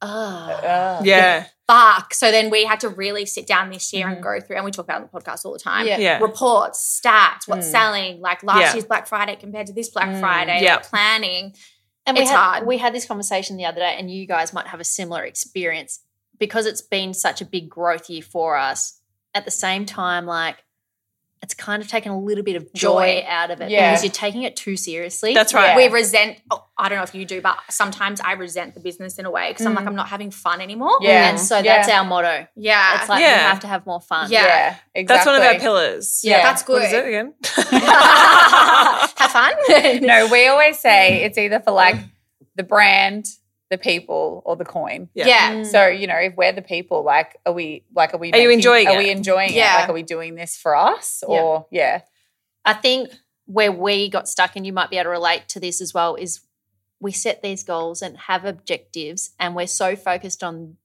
[SPEAKER 1] ugh.
[SPEAKER 2] Ah.
[SPEAKER 3] Uh,
[SPEAKER 4] Yeah.
[SPEAKER 1] fuck. So then we had to really sit down this year and go through, and we talk about it on the podcast all the time.
[SPEAKER 2] Yeah.
[SPEAKER 4] Yeah.
[SPEAKER 1] Reports, stats, what's
[SPEAKER 3] Mm.
[SPEAKER 1] selling, like last
[SPEAKER 4] Yeah.
[SPEAKER 1] year's Black Friday compared to this Black
[SPEAKER 3] Mm.
[SPEAKER 1] Friday,
[SPEAKER 4] Yeah.
[SPEAKER 1] planning.
[SPEAKER 2] And
[SPEAKER 1] It's
[SPEAKER 2] we had,
[SPEAKER 1] hard.
[SPEAKER 2] We had this conversation the other day, and you guys might have a similar experience because it's been such a big growth year for us. At the same time, like it's kind of taken a little bit of joy,
[SPEAKER 1] Joy.
[SPEAKER 2] out of it
[SPEAKER 3] Yeah.
[SPEAKER 2] because you're taking it too seriously.
[SPEAKER 4] That's right.
[SPEAKER 1] We resent, oh, I don't know if you do, but sometimes I resent the business in a way because I'm like, I'm not having fun anymore.
[SPEAKER 3] Yeah.
[SPEAKER 2] And so
[SPEAKER 3] Yeah.
[SPEAKER 2] that's our motto.
[SPEAKER 1] Yeah.
[SPEAKER 2] It's like
[SPEAKER 4] Yeah.
[SPEAKER 2] we have to have more fun.
[SPEAKER 1] Yeah.
[SPEAKER 3] Yeah. Exactly.
[SPEAKER 4] That's one of our pillars.
[SPEAKER 3] Yeah.
[SPEAKER 1] That's
[SPEAKER 4] What is it
[SPEAKER 1] good.
[SPEAKER 4] again?
[SPEAKER 1] Have fun.
[SPEAKER 3] No, we always
[SPEAKER 4] Mm.
[SPEAKER 3] say it's either for like the brand, the people, or the coin.
[SPEAKER 4] Yeah.
[SPEAKER 1] Yeah.
[SPEAKER 3] So you know, if we're the people, like, are we like, are we?
[SPEAKER 4] Mm. Are you enjoying
[SPEAKER 3] Are
[SPEAKER 4] it?
[SPEAKER 3] we enjoying
[SPEAKER 1] Yeah.
[SPEAKER 3] it? Like, are we doing this for us?
[SPEAKER 2] Yeah.
[SPEAKER 3] Or yeah,
[SPEAKER 2] I think where we got stuck, and you might be able to relate to this as well, is we set these goals and have objectives, and we're so focused on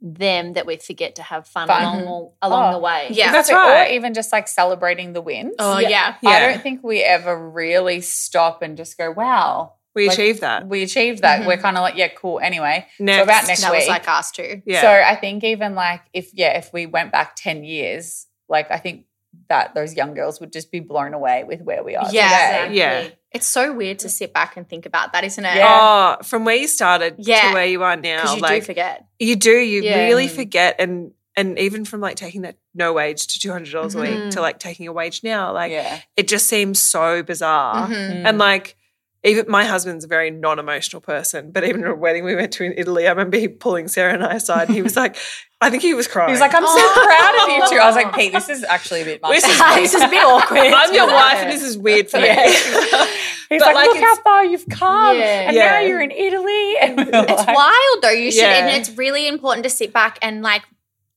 [SPEAKER 2] them that we forget to have fun,
[SPEAKER 3] Fun.
[SPEAKER 2] along along
[SPEAKER 3] Oh.
[SPEAKER 2] the way.
[SPEAKER 1] Yeah.
[SPEAKER 4] That's
[SPEAKER 3] So-
[SPEAKER 4] right.
[SPEAKER 3] Or even just like celebrating the wins.
[SPEAKER 1] Oh yeah.
[SPEAKER 4] Yeah.
[SPEAKER 3] I don't think we ever really stop and just go, wow,
[SPEAKER 4] we
[SPEAKER 3] like-
[SPEAKER 4] achieved that.
[SPEAKER 3] we achieved that.
[SPEAKER 1] Mhm.
[SPEAKER 4] Mm-hmm.
[SPEAKER 3] We're kind of like, yeah, cool. Anyway,
[SPEAKER 4] Next.
[SPEAKER 3] so about next
[SPEAKER 1] That
[SPEAKER 3] week.
[SPEAKER 1] was like us too.
[SPEAKER 4] yeah.
[SPEAKER 3] So I think even like if yeah, if we went back ten years, like I think that those young girls would just be blown away with where we are.
[SPEAKER 1] Yeah.
[SPEAKER 3] today.
[SPEAKER 4] Yeah.
[SPEAKER 1] It's so weird to sit back and think about that, isn't it?
[SPEAKER 3] Yeah.
[SPEAKER 4] Oh, from where you started
[SPEAKER 1] Yeah.
[SPEAKER 4] to where you are now,
[SPEAKER 1] Because you
[SPEAKER 4] like
[SPEAKER 1] do forget.
[SPEAKER 4] you do, you
[SPEAKER 2] Yeah.
[SPEAKER 4] really
[SPEAKER 3] Mm.
[SPEAKER 4] forget, and and even from like taking that no wage to two hundred dollars a
[SPEAKER 2] Mhm.
[SPEAKER 4] week to like taking a wage now, like
[SPEAKER 3] Mm-hmm. yeah. Mm-hmm.
[SPEAKER 4] it just seems so bizarre.
[SPEAKER 1] Mhm.
[SPEAKER 3] Mm.
[SPEAKER 4] And like, even my husband's a very non-emotional person, but even at a wedding we went to in Italy, I remember he pulling Sarah and I aside, and he was like, I think he was crying.
[SPEAKER 3] he was like, I'm so
[SPEAKER 1] Oh.
[SPEAKER 3] proud of you too. I was like, Pete, this is actually a bit much.
[SPEAKER 4] This is-
[SPEAKER 1] this is a bit awkward.
[SPEAKER 4] I'm your wife, and this is weird for me.
[SPEAKER 3] Yeah. He's
[SPEAKER 4] But
[SPEAKER 3] like,
[SPEAKER 4] like,
[SPEAKER 3] look how
[SPEAKER 4] it's-
[SPEAKER 3] far you've come,
[SPEAKER 2] Yeah.
[SPEAKER 3] and now
[SPEAKER 4] Yeah.
[SPEAKER 3] you're in Italy. And we were
[SPEAKER 1] It's
[SPEAKER 3] like-
[SPEAKER 1] wild though. You should,
[SPEAKER 4] Yeah.
[SPEAKER 1] and it's really important to sit back and like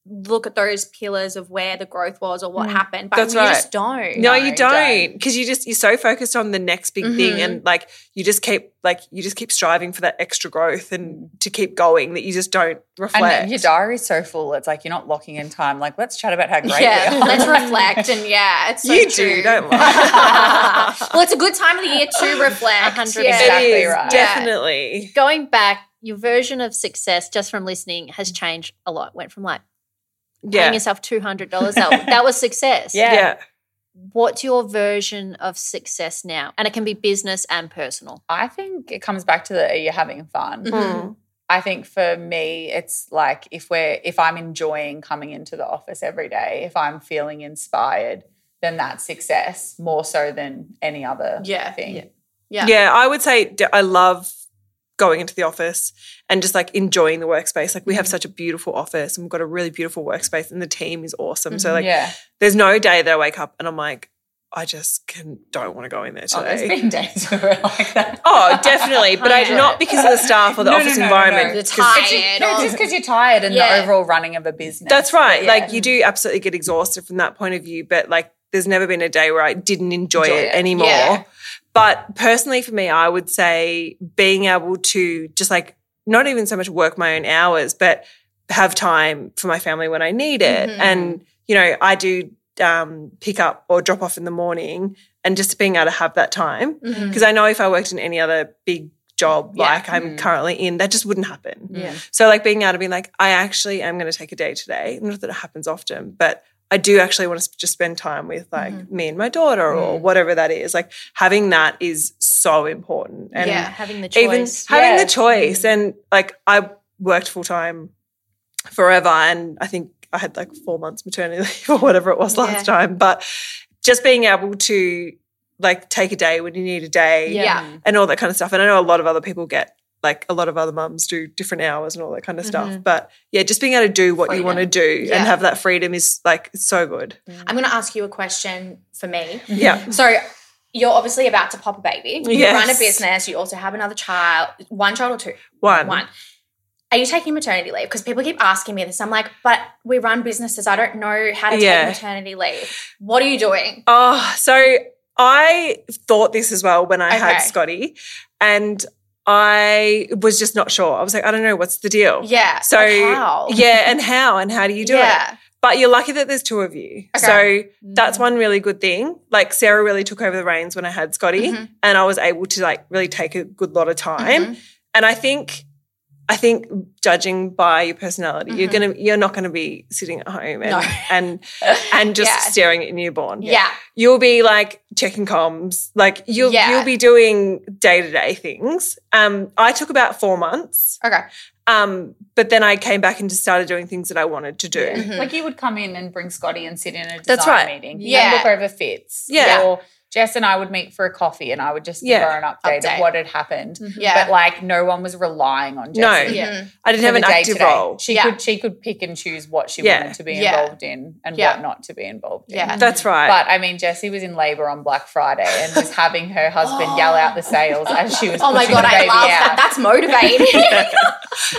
[SPEAKER 1] look at those pillars of where the growth was or what happened. But
[SPEAKER 4] Mm. That's
[SPEAKER 1] you
[SPEAKER 4] right.
[SPEAKER 1] just don't.
[SPEAKER 4] no,
[SPEAKER 3] No,
[SPEAKER 4] you
[SPEAKER 3] don't. Mm-hmm.
[SPEAKER 4] don't, because you just you're so focused on the next big
[SPEAKER 1] Mhm.
[SPEAKER 4] thing, and like you just keep like you just keep striving for that extra growth and to keep going that you just don't reflect.
[SPEAKER 3] Mm. And your diary's so full, it's like you're not locking in time. Like, let's chat about how great
[SPEAKER 1] Yeah,
[SPEAKER 3] we are.
[SPEAKER 1] let's reflect and yeah, it's so
[SPEAKER 4] you
[SPEAKER 1] true.
[SPEAKER 4] do, don't lie.
[SPEAKER 1] well, it's a good time of the year to reflect.
[SPEAKER 2] 100%.
[SPEAKER 1] Yeah.
[SPEAKER 3] Exactly
[SPEAKER 4] it is,
[SPEAKER 3] right.
[SPEAKER 4] Definitely.
[SPEAKER 2] Going back, your version of success just from listening has changed a lot. Went from like paying
[SPEAKER 4] Yeah.
[SPEAKER 2] yourself two hundred dollars that that was success.
[SPEAKER 3] Yeah.
[SPEAKER 4] Yeah.
[SPEAKER 2] What's your version of success now? And it can be business and personal.
[SPEAKER 3] I think it comes back to the are you having fun?
[SPEAKER 1] Mhm.
[SPEAKER 4] Mm.
[SPEAKER 3] I think for me, it's like if we're if I'm enjoying coming into the office every day, if I'm feeling inspired, then that's success more so than any other
[SPEAKER 1] Yeah.
[SPEAKER 3] thing.
[SPEAKER 2] Yeah.
[SPEAKER 1] Yeah.
[SPEAKER 4] Yeah. I would say d- I love going into the office and just like enjoying the workspace. Like we
[SPEAKER 3] Mm-hmm.
[SPEAKER 4] have such a beautiful office and we've got a really beautiful workspace and the team is awesome. So like
[SPEAKER 3] Mm-hmm. yeah.
[SPEAKER 4] there's no day that I wake up and I'm like, I just can don't want to go in there
[SPEAKER 3] Oh, there's
[SPEAKER 4] today.
[SPEAKER 3] been days where we're like that.
[SPEAKER 4] Oh, definitely. But I
[SPEAKER 1] Yeah.
[SPEAKER 4] not because of the staff or the
[SPEAKER 3] No, no,
[SPEAKER 4] office
[SPEAKER 3] no, no,
[SPEAKER 4] environment.
[SPEAKER 3] no.
[SPEAKER 1] You're
[SPEAKER 4] 'Cause-
[SPEAKER 3] It's just-
[SPEAKER 1] tired.
[SPEAKER 3] no,
[SPEAKER 1] or-
[SPEAKER 3] it's just because you're tired and
[SPEAKER 1] Yeah.
[SPEAKER 3] the overall running of a business.
[SPEAKER 4] That's right.
[SPEAKER 3] Yeah.
[SPEAKER 4] Like you do absolutely get exhausted from that point of view, but like there's never been a day where I didn't enjoy,
[SPEAKER 3] Enjoy
[SPEAKER 4] it,
[SPEAKER 3] it.
[SPEAKER 4] anymore.
[SPEAKER 1] Yeah.
[SPEAKER 4] But personally for me, I would say being able to just like not even so much work my own hours, but have time for my family when I need it.
[SPEAKER 1] Mhm.
[SPEAKER 4] And, you know, I do um, pick up or drop off in the morning and just being able to have that time.
[SPEAKER 1] Mhm.
[SPEAKER 4] Because I know if I worked in any other big job
[SPEAKER 3] Mm. Yeah.
[SPEAKER 4] like I'm
[SPEAKER 3] Mm.
[SPEAKER 4] currently in, that just wouldn't happen.
[SPEAKER 3] Yeah.
[SPEAKER 4] So like being able to be like, I actually am going to take a day today. Not that it happens often, but I do actually want to sp- just spend time with like
[SPEAKER 3] Mm-hmm.
[SPEAKER 4] me and my daughter or
[SPEAKER 3] Mm.
[SPEAKER 4] whatever that is. Like having that is so important. And
[SPEAKER 1] Yeah.
[SPEAKER 2] Having the
[SPEAKER 4] even
[SPEAKER 2] choice.
[SPEAKER 4] having
[SPEAKER 3] Yeah.
[SPEAKER 4] the choice. And like I worked full time forever and I think I had like four months maternity leave or whatever it was last time. But just being able to like take a day when you need a day
[SPEAKER 2] Yeah.
[SPEAKER 1] Yeah.
[SPEAKER 4] and all that kind of stuff. And I know a lot of other people get like a lot of other mums do different hours and all that kind of stuff.
[SPEAKER 2] Mhm.
[SPEAKER 4] But yeah, just being able to do what you want to do
[SPEAKER 1] Yeah. Mm-hmm.
[SPEAKER 4] and have that freedom is like so good.
[SPEAKER 1] I'm going to ask you a question for me.
[SPEAKER 4] Yeah.
[SPEAKER 1] So you're obviously about to pop a baby. You
[SPEAKER 4] Mm-hmm. Yes.
[SPEAKER 1] run a business. You also have another child, one child or two.
[SPEAKER 4] One.
[SPEAKER 1] One. Are you taking maternity leave? Because people keep asking me this. I'm like, but we run businesses. I don't know how to
[SPEAKER 4] Yeah.
[SPEAKER 1] take maternity leave. What are you doing?
[SPEAKER 4] Oh, so I thought this as well when I had
[SPEAKER 1] Okay.
[SPEAKER 4] Scotty and I was just not sure. I was like, I don't know, what's the deal?
[SPEAKER 1] Yeah.
[SPEAKER 4] So
[SPEAKER 1] like how?
[SPEAKER 4] yeah, and how and how do you do it?
[SPEAKER 1] yeah.
[SPEAKER 4] But you're lucky that there's two of you.
[SPEAKER 1] Okay. Mm.
[SPEAKER 4] So that's one really good thing. Like Sarah really took over the reins when I had Scotty
[SPEAKER 1] Mhm.
[SPEAKER 4] and I was able to like really take a good lot of time.
[SPEAKER 1] Mm-hmm.
[SPEAKER 4] And I think I think judging by your personality, you're
[SPEAKER 1] Mhm.
[SPEAKER 4] gonna you're not gonna be sitting at home and
[SPEAKER 1] No.
[SPEAKER 4] and, and just
[SPEAKER 1] Yeah.
[SPEAKER 4] staring at your newborn.
[SPEAKER 1] Yeah.
[SPEAKER 4] You'll be like checking comms. Like you'll
[SPEAKER 1] Yeah.
[SPEAKER 4] you'll be doing day-to-day things. Um I took about four months.
[SPEAKER 1] Okay.
[SPEAKER 4] Um, but then I came back and just started doing things that I wanted to do.
[SPEAKER 1] Mhm.
[SPEAKER 3] Like you would come in and bring Scotty and sit in a design
[SPEAKER 4] That's right.
[SPEAKER 3] meeting.
[SPEAKER 1] Yeah.
[SPEAKER 3] And look over fits.
[SPEAKER 4] Yeah.
[SPEAKER 3] Or Jess and I would meet for a coffee and I would just
[SPEAKER 4] Yeah.
[SPEAKER 3] give her an update, Mm-hmm.
[SPEAKER 1] Update.
[SPEAKER 3] of what had happened.
[SPEAKER 1] Yeah.
[SPEAKER 3] But like no one was relying on Jess.
[SPEAKER 4] No.
[SPEAKER 3] and
[SPEAKER 4] Yeah.
[SPEAKER 1] Mhm.
[SPEAKER 4] I didn't
[SPEAKER 3] for
[SPEAKER 4] have an
[SPEAKER 3] the
[SPEAKER 4] active
[SPEAKER 3] day-to-day.
[SPEAKER 4] role.
[SPEAKER 3] She
[SPEAKER 1] Yeah.
[SPEAKER 3] could she could pick and choose what she
[SPEAKER 4] Yeah.
[SPEAKER 3] wanted to be
[SPEAKER 1] Yeah.
[SPEAKER 3] involved in and
[SPEAKER 1] Yeah.
[SPEAKER 3] what not to be involved in.
[SPEAKER 1] Yeah.
[SPEAKER 4] That's right.
[SPEAKER 3] But I mean, Jessie was in labour on Black Friday and was having her husband yell out the sales as she was.
[SPEAKER 1] Oh my
[SPEAKER 3] pushing
[SPEAKER 1] god,
[SPEAKER 3] the
[SPEAKER 1] I
[SPEAKER 3] baby
[SPEAKER 1] love
[SPEAKER 3] out.
[SPEAKER 1] that. That's motivating.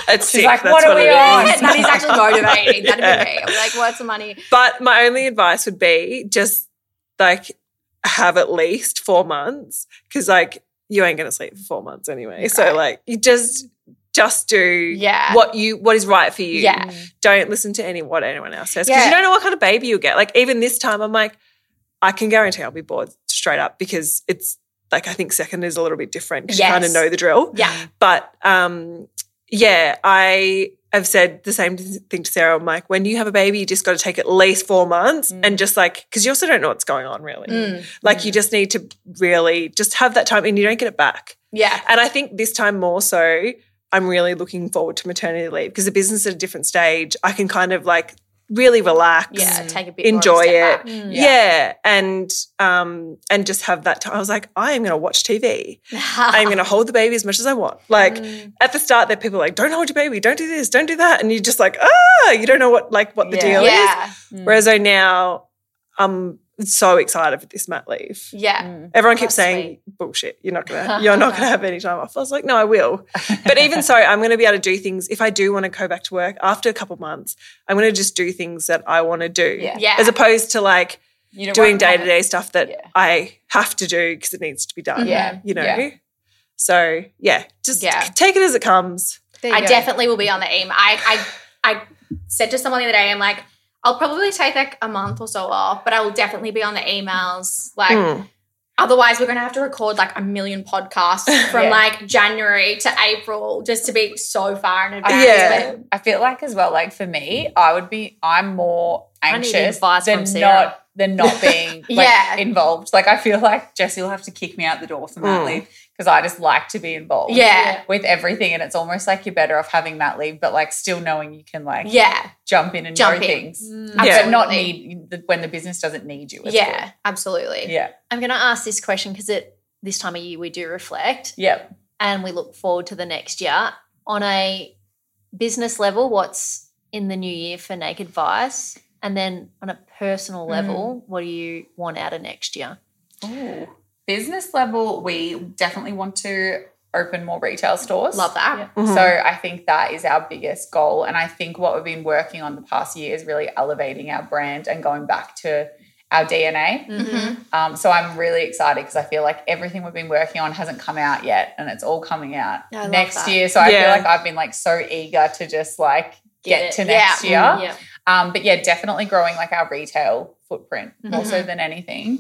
[SPEAKER 4] it's
[SPEAKER 3] She's
[SPEAKER 4] sick.
[SPEAKER 3] like,
[SPEAKER 4] That's
[SPEAKER 3] what
[SPEAKER 4] what,
[SPEAKER 3] are we
[SPEAKER 4] it is.
[SPEAKER 3] on?
[SPEAKER 1] Yeah, that is actually motivating. That'd be me. I'm like, what's the money?
[SPEAKER 4] But my only advice would be just like have at least four months because like you ain't gonna sleep for four months anyway. So like you just just do
[SPEAKER 1] Yeah.
[SPEAKER 4] what you what is right for you.
[SPEAKER 1] Yeah.
[SPEAKER 4] Don't listen to any what anyone else says because
[SPEAKER 1] Yeah.
[SPEAKER 4] you don't know what kind of baby you'll get. Like even this time, I'm like, I can guarantee I'll be bored straight up because it's like I think second is a little bit different. 'cause You kind of
[SPEAKER 1] Yes.
[SPEAKER 4] know the drill.
[SPEAKER 1] Yeah.
[SPEAKER 4] But um, yeah, I have said the same thing to Sarah. I'm like, when you have a baby, you just got to take at least four
[SPEAKER 1] Mm.
[SPEAKER 4] months and just like, because you also don't know what's going on really. Like, you just need to really just have that time and you don't get it back.
[SPEAKER 1] Yeah.
[SPEAKER 4] And I think this time more so, I'm really looking forward to maternity leave because the business is at a different stage. I can kind of like really relax
[SPEAKER 1] Yeah. Take a bit.
[SPEAKER 4] Mm. enjoy
[SPEAKER 1] more of
[SPEAKER 4] it.
[SPEAKER 1] a step Mm. back.
[SPEAKER 4] Yeah. and um, and just have that time. I was like, I am going to watch TV. I'm going to hold the baby as much as I want. Like
[SPEAKER 1] Mm.
[SPEAKER 4] at the start, there people are like, don't hold your baby, don't do this, don't do that, and you're just like, ah, you don't know what like what the
[SPEAKER 3] Yeah.
[SPEAKER 4] deal
[SPEAKER 1] Yeah. Mm.
[SPEAKER 4] is. Whereas I now, I'm so excited for this mat leave.
[SPEAKER 1] Yeah.
[SPEAKER 4] Everyone keeps
[SPEAKER 2] That's
[SPEAKER 4] saying bullshit. You're not gonna. You're not gonna have any time off. I was like, no, I will. But even so, I'm gonna be able to do things. If I do want to go back to work after a couple months, I'm gonna just do things that I want to do.
[SPEAKER 3] Yeah.
[SPEAKER 1] Yeah.
[SPEAKER 4] As opposed to like
[SPEAKER 3] You don't
[SPEAKER 4] doing
[SPEAKER 3] want to
[SPEAKER 4] day
[SPEAKER 3] have
[SPEAKER 4] to
[SPEAKER 3] it.
[SPEAKER 4] day stuff that
[SPEAKER 3] Yeah.
[SPEAKER 4] I have to do because it needs to be done.
[SPEAKER 3] Yeah.
[SPEAKER 4] You know?
[SPEAKER 3] Yeah.
[SPEAKER 4] So yeah, just
[SPEAKER 1] Yeah.
[SPEAKER 4] take it as it comes.
[SPEAKER 1] I definitely will be on the aim. I, I I said to someone the other day, I'm like, I'll probably take like a month or so off, but I will definitely be on the emails. Like,
[SPEAKER 4] Mm.
[SPEAKER 1] otherwise, we're gonna have to record like a million podcasts from
[SPEAKER 3] Yeah.
[SPEAKER 1] like January to April just to be so far in advance.
[SPEAKER 4] Yeah.
[SPEAKER 1] But
[SPEAKER 3] I feel like as well, like for me, I would be I'm more
[SPEAKER 2] need
[SPEAKER 3] anxious
[SPEAKER 2] advice
[SPEAKER 3] than
[SPEAKER 2] from Sarah.
[SPEAKER 3] not than not being like,
[SPEAKER 1] Yeah.
[SPEAKER 3] involved. Like I feel like Jesse will have to kick me out the door for mat
[SPEAKER 4] Mm.
[SPEAKER 3] leave because I just like to be involved.
[SPEAKER 1] Yeah.
[SPEAKER 3] With everything. And it's almost like you're better off having mat leave, but like still knowing you can like
[SPEAKER 1] yeah,
[SPEAKER 3] jump in Mm. and
[SPEAKER 1] Jump
[SPEAKER 3] know
[SPEAKER 1] in.
[SPEAKER 3] things.
[SPEAKER 4] Yeah.
[SPEAKER 3] But not need when the business doesn't need you. It's
[SPEAKER 1] yeah, absolutely.
[SPEAKER 3] good. Yeah.
[SPEAKER 2] I'm going to ask this question because at this time of year we do reflect
[SPEAKER 3] Yeah.
[SPEAKER 2] and we look forward to the next year. On a business level, what's in the new year for Naked Vice? And then on a personal level, what do you want out of next year?
[SPEAKER 3] Ooh. Business level, we definitely want to open more retail stores.
[SPEAKER 1] Love that.
[SPEAKER 4] Mhm.
[SPEAKER 3] So I think that is our biggest goal. And I think what we've been working on the past year is really elevating our brand and going back to our DNA.
[SPEAKER 1] Mhm.
[SPEAKER 3] Um, so I'm really excited because I feel like everything we've been working on hasn't come out yet and it's all coming out
[SPEAKER 2] I love
[SPEAKER 3] next
[SPEAKER 2] that.
[SPEAKER 3] year. So I
[SPEAKER 4] Yeah.
[SPEAKER 3] feel like I've been like so eager to just like
[SPEAKER 1] Get
[SPEAKER 3] get,
[SPEAKER 1] it.
[SPEAKER 3] to
[SPEAKER 1] Yeah.
[SPEAKER 3] next year.
[SPEAKER 2] Yeah. Mm-hmm.
[SPEAKER 3] Um, but yeah, definitely growing like our retail footprint more so than anything.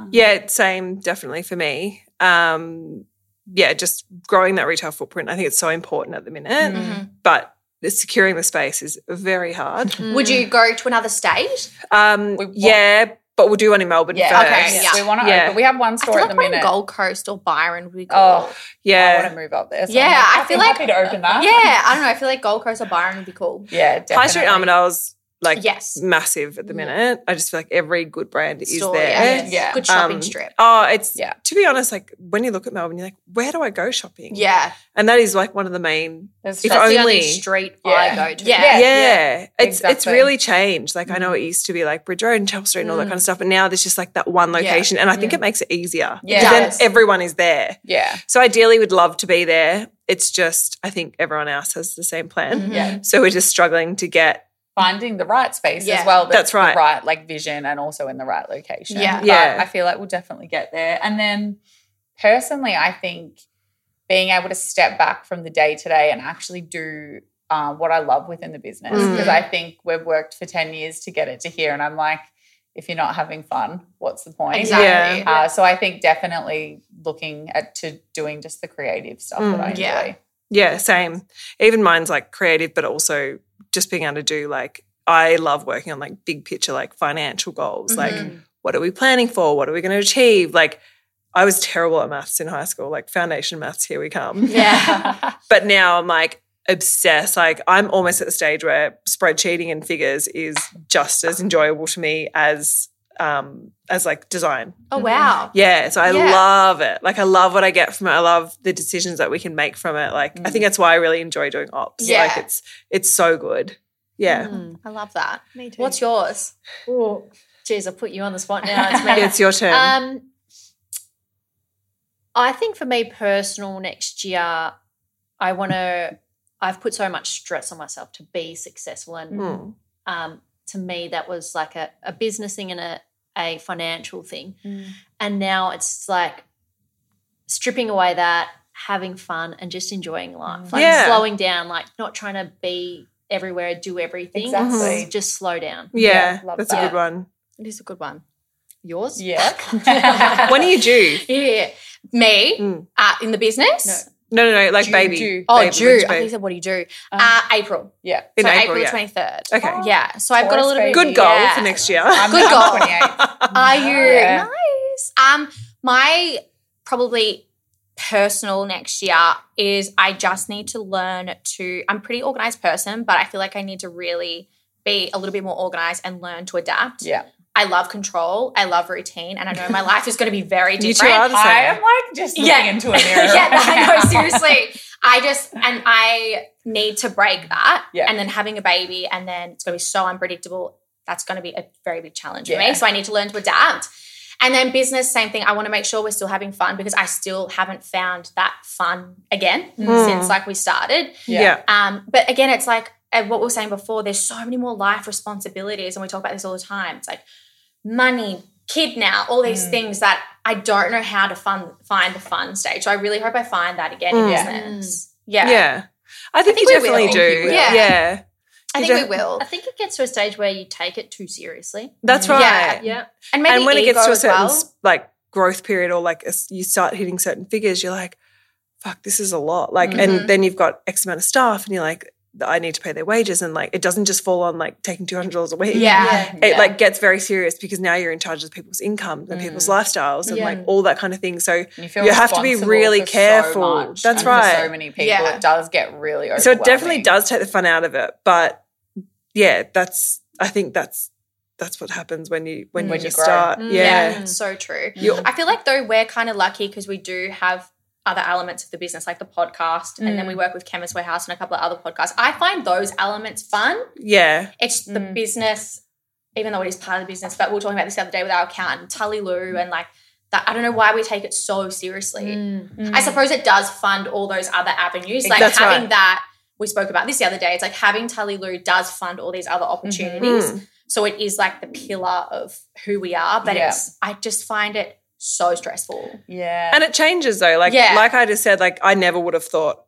[SPEAKER 4] Mm-hmm. Yeah, same, definitely for me. Um, yeah, just growing that retail footprint. I think it's so important at the minute,
[SPEAKER 1] Mm-hmm.
[SPEAKER 4] but the- securing the space is very hard.
[SPEAKER 1] Would you go to another state?
[SPEAKER 4] Um,
[SPEAKER 3] We want-
[SPEAKER 4] yeah, but we'll do one in Melbourne
[SPEAKER 3] Yeah.
[SPEAKER 4] first.
[SPEAKER 1] Okay,
[SPEAKER 3] Yes,
[SPEAKER 1] yeah.
[SPEAKER 3] We want to
[SPEAKER 4] Yeah.
[SPEAKER 3] open. We have one
[SPEAKER 1] I feel
[SPEAKER 3] store
[SPEAKER 1] like
[SPEAKER 3] at the
[SPEAKER 1] one in
[SPEAKER 3] minute.
[SPEAKER 1] Gold Coast or Byron would be cool.
[SPEAKER 3] Oh, I want
[SPEAKER 4] Yeah.
[SPEAKER 3] to move up there. So
[SPEAKER 1] Yeah,
[SPEAKER 3] I'm
[SPEAKER 1] I
[SPEAKER 3] I'd
[SPEAKER 1] feel
[SPEAKER 3] be
[SPEAKER 1] like-
[SPEAKER 3] happy to open that.
[SPEAKER 1] Yeah, I don't know. I feel like Gold Coast or Byron would be cool.
[SPEAKER 3] Yeah, definitely.
[SPEAKER 4] High Street Armadel's like
[SPEAKER 1] Yes.
[SPEAKER 4] massive at the minute. I just feel like every good brand is
[SPEAKER 1] Store,
[SPEAKER 4] there.
[SPEAKER 1] yeah.
[SPEAKER 3] Yeah.
[SPEAKER 1] Good shopping
[SPEAKER 4] Um,
[SPEAKER 1] strip.
[SPEAKER 4] Oh, it's
[SPEAKER 3] Yeah.
[SPEAKER 4] to be honest, like when you look at Melbourne, you're like, where do I go shopping?
[SPEAKER 1] Yeah.
[SPEAKER 4] And that is like one of the main
[SPEAKER 3] There's
[SPEAKER 4] If
[SPEAKER 2] That's the
[SPEAKER 4] only-
[SPEAKER 2] only street I
[SPEAKER 3] Yeah.
[SPEAKER 2] go to.
[SPEAKER 1] Yeah.
[SPEAKER 4] yeah, it's it's
[SPEAKER 3] exactly.
[SPEAKER 4] really changed. Like I know it used to be like Bridge Road and Chapel Street and all that kind of stuff, but now there's just like that one location, and I think it makes it easier.
[SPEAKER 3] Yeah.
[SPEAKER 4] because
[SPEAKER 1] Yes.
[SPEAKER 4] then everyone is there.
[SPEAKER 3] yeah.
[SPEAKER 4] So ideally, we'd love to be there. It's just I think everyone else has the same plan,
[SPEAKER 1] Mm-hmm.
[SPEAKER 3] Yeah.
[SPEAKER 4] so we're just struggling to get.
[SPEAKER 3] Finding the right space
[SPEAKER 1] Yeah.
[SPEAKER 3] as well.
[SPEAKER 4] That's
[SPEAKER 3] the
[SPEAKER 4] right.
[SPEAKER 3] right like vision and also in the right location.
[SPEAKER 1] Yeah.
[SPEAKER 3] But
[SPEAKER 4] Yeah.
[SPEAKER 3] I feel like we'll definitely get there. And then personally, I think being able to step back from the day to day and actually do um, what I love within the business.
[SPEAKER 1] Mm.
[SPEAKER 4] Mhm.
[SPEAKER 3] Because I think we've worked for 10 years to get it to here. And I'm like, if you're not having fun, what's the point?
[SPEAKER 1] Exactly.
[SPEAKER 4] Yeah.
[SPEAKER 3] Uh, so I think definitely looking at to doing just the creative stuff that I
[SPEAKER 4] Mm.
[SPEAKER 3] enjoy.
[SPEAKER 1] Yeah.
[SPEAKER 4] Yeah, same. Even mine's like creative, but also just being able to do like I love working on like big picture, like financial goals, like
[SPEAKER 1] Mhm.
[SPEAKER 4] what are we planning for? What are we going to achieve? Like I was terrible at maths in high school, like foundation maths. Here we come.
[SPEAKER 1] Yeah.
[SPEAKER 4] But now I'm like obsessed. Like I'm almost at the stage where spreadsheeting and figures is just as enjoyable to me as um as like design.
[SPEAKER 1] Oh wow.
[SPEAKER 4] Yeah. So I
[SPEAKER 1] Yeah.
[SPEAKER 4] love it. Like I love what I get from it. I love the decisions that we can make from it. Like I think that's why I really enjoy doing ops.
[SPEAKER 1] Yeah.
[SPEAKER 4] Like it's it's so good. Yeah.
[SPEAKER 2] Mm.
[SPEAKER 1] I love that.
[SPEAKER 2] Me too.
[SPEAKER 1] What's yours?
[SPEAKER 2] Ooh, Jeez, I put you on the spot now. It's
[SPEAKER 4] Yeah,
[SPEAKER 2] made
[SPEAKER 4] it's your turn.
[SPEAKER 2] Um, I think for me personal next year, I want to. I've put so much stress on myself to be successful, and
[SPEAKER 4] Mm.
[SPEAKER 2] um, to me, that was like a, a business thing and a, a financial thing. And now it's like stripping away that, having fun and just enjoying life. Like
[SPEAKER 4] Yeah.
[SPEAKER 2] slowing down, like not trying to be everywhere, do everything.
[SPEAKER 3] Exactly.
[SPEAKER 2] It's Just slow down.
[SPEAKER 4] Yeah,
[SPEAKER 3] love
[SPEAKER 4] that's a
[SPEAKER 3] that.
[SPEAKER 4] good one.
[SPEAKER 1] It is a good one.
[SPEAKER 2] Yours?
[SPEAKER 3] Yeah.
[SPEAKER 4] When are you due?
[SPEAKER 1] Yeah. Me
[SPEAKER 4] Mm.
[SPEAKER 1] uh, in the business?
[SPEAKER 2] No.
[SPEAKER 4] No, no, no, like
[SPEAKER 3] Due-
[SPEAKER 4] baby.
[SPEAKER 3] due.
[SPEAKER 1] Oh,
[SPEAKER 4] Baby,
[SPEAKER 1] June.
[SPEAKER 4] which
[SPEAKER 1] I think
[SPEAKER 4] baby?
[SPEAKER 1] you said, what do you do?
[SPEAKER 3] Um,
[SPEAKER 1] uh, April.
[SPEAKER 3] yeah.
[SPEAKER 4] In
[SPEAKER 1] so
[SPEAKER 4] April,
[SPEAKER 1] April,
[SPEAKER 4] yeah.
[SPEAKER 1] 23rd.
[SPEAKER 4] Okay.
[SPEAKER 1] Yeah. So I've got a
[SPEAKER 3] Taurus
[SPEAKER 1] little bit.
[SPEAKER 3] baby.
[SPEAKER 4] Good goal
[SPEAKER 1] yeah.
[SPEAKER 4] for next year.
[SPEAKER 3] I'm,
[SPEAKER 1] Good
[SPEAKER 3] I'm
[SPEAKER 1] goal.
[SPEAKER 3] 28.
[SPEAKER 1] Are you
[SPEAKER 3] Yeah.
[SPEAKER 1] nice? Um, my probably personal next year is I just need to learn to. I'm a pretty organized person, but I feel like I need to really be a little bit more organized and learn to adapt.
[SPEAKER 3] Yeah.
[SPEAKER 1] I love control. I love routine, and I know my life is going to be very
[SPEAKER 4] You
[SPEAKER 1] different.
[SPEAKER 4] two are the
[SPEAKER 3] I
[SPEAKER 4] same.
[SPEAKER 3] am like just looking
[SPEAKER 1] Yeah.
[SPEAKER 3] into a mirror.
[SPEAKER 1] yeah, I know.
[SPEAKER 3] right now.
[SPEAKER 1] Seriously, I just and I need to break that.
[SPEAKER 3] Yeah.
[SPEAKER 1] And then having a baby, and then it's going to be so unpredictable. That's going to be a very big challenge for
[SPEAKER 3] Yeah.
[SPEAKER 1] me. So I need to learn to adapt. And then business, same thing. I want to make sure we're still having fun because I still haven't found that fun again
[SPEAKER 3] Hmm.
[SPEAKER 4] Mm.
[SPEAKER 1] since like we started.
[SPEAKER 4] Yeah.
[SPEAKER 1] Um, but again, it's like uh, what we were saying before, there's so many more life responsibilities, and we talk about this all the time. It's like money, kid now, all these
[SPEAKER 3] Mm.
[SPEAKER 1] things that I don't know how to fund, find the fun stage. So I really hope I find that again
[SPEAKER 4] Mm.
[SPEAKER 1] in business. Yeah.
[SPEAKER 4] Yeah. I think,
[SPEAKER 1] I think
[SPEAKER 4] you
[SPEAKER 1] we
[SPEAKER 4] definitely
[SPEAKER 1] will.
[SPEAKER 4] do.
[SPEAKER 3] I think we
[SPEAKER 1] will.
[SPEAKER 4] Yeah. yeah.
[SPEAKER 1] I
[SPEAKER 4] You
[SPEAKER 1] think we
[SPEAKER 4] def-
[SPEAKER 1] will.
[SPEAKER 2] I think it gets to a stage where you take it too seriously.
[SPEAKER 4] That's
[SPEAKER 1] Yeah.
[SPEAKER 4] right.
[SPEAKER 2] Yeah.
[SPEAKER 1] And maybe
[SPEAKER 4] and when it gets
[SPEAKER 1] ego
[SPEAKER 4] to a
[SPEAKER 1] as
[SPEAKER 4] certain
[SPEAKER 1] well.
[SPEAKER 4] s- like growth period or like a s- you start hitting certain figures you're like fuck this is a lot like
[SPEAKER 1] Mhm.
[SPEAKER 4] and then you've got x amount of staff and you're like i need to pay their wages and like it doesn't just fall on like taking $200 a week
[SPEAKER 1] Yeah.
[SPEAKER 4] it like gets very serious because now you're in charge of people's incomes and
[SPEAKER 3] Mm.
[SPEAKER 4] people's lifestyles and
[SPEAKER 2] Yeah.
[SPEAKER 4] like all that kind of thing so
[SPEAKER 3] you, feel
[SPEAKER 4] you have to be
[SPEAKER 3] responsible
[SPEAKER 4] really
[SPEAKER 3] for so
[SPEAKER 4] careful.
[SPEAKER 3] much
[SPEAKER 4] That's
[SPEAKER 3] and for
[SPEAKER 4] right.
[SPEAKER 3] so many people,
[SPEAKER 1] Yeah.
[SPEAKER 3] it does get really overwhelming.
[SPEAKER 4] so it definitely does take the fun out of it but yeah that's i think that's that's what happens when you
[SPEAKER 3] Mm.
[SPEAKER 4] when, you
[SPEAKER 3] When you
[SPEAKER 4] just
[SPEAKER 3] grow.
[SPEAKER 4] start
[SPEAKER 2] Mm.
[SPEAKER 4] yeah,
[SPEAKER 1] yeah. It's so true.
[SPEAKER 4] You're-
[SPEAKER 1] I feel like though we're kind of lucky because we do have other elements of the business, like the podcast, and then
[SPEAKER 3] Mm.
[SPEAKER 1] we work with Chemist Warehouse and a couple of other podcasts. I find those elements fun.
[SPEAKER 4] yeah.
[SPEAKER 1] It's the
[SPEAKER 3] Mm.
[SPEAKER 1] business, even though it is part of the business, but we were talking about this the other day with our accountant, Tully
[SPEAKER 3] Mm.
[SPEAKER 1] Lou, and like that. I don't know why we take it so seriously.
[SPEAKER 3] Mm-hmm.
[SPEAKER 1] I
[SPEAKER 3] Mm.
[SPEAKER 1] suppose it does fund all those other avenues. Like
[SPEAKER 4] That's
[SPEAKER 1] having
[SPEAKER 4] right.
[SPEAKER 1] that, we spoke about this the other day. It's like having Tully Lou does fund all these other
[SPEAKER 3] Mm-hmm.
[SPEAKER 1] opportunities.
[SPEAKER 4] Mm.
[SPEAKER 1] So it is like the pillar of who we are, but
[SPEAKER 3] Yeah.
[SPEAKER 1] it's I just find it so stressful.
[SPEAKER 3] Yeah.
[SPEAKER 4] And it changes though. Like
[SPEAKER 1] Yeah.
[SPEAKER 4] like I just said, like I never would have thought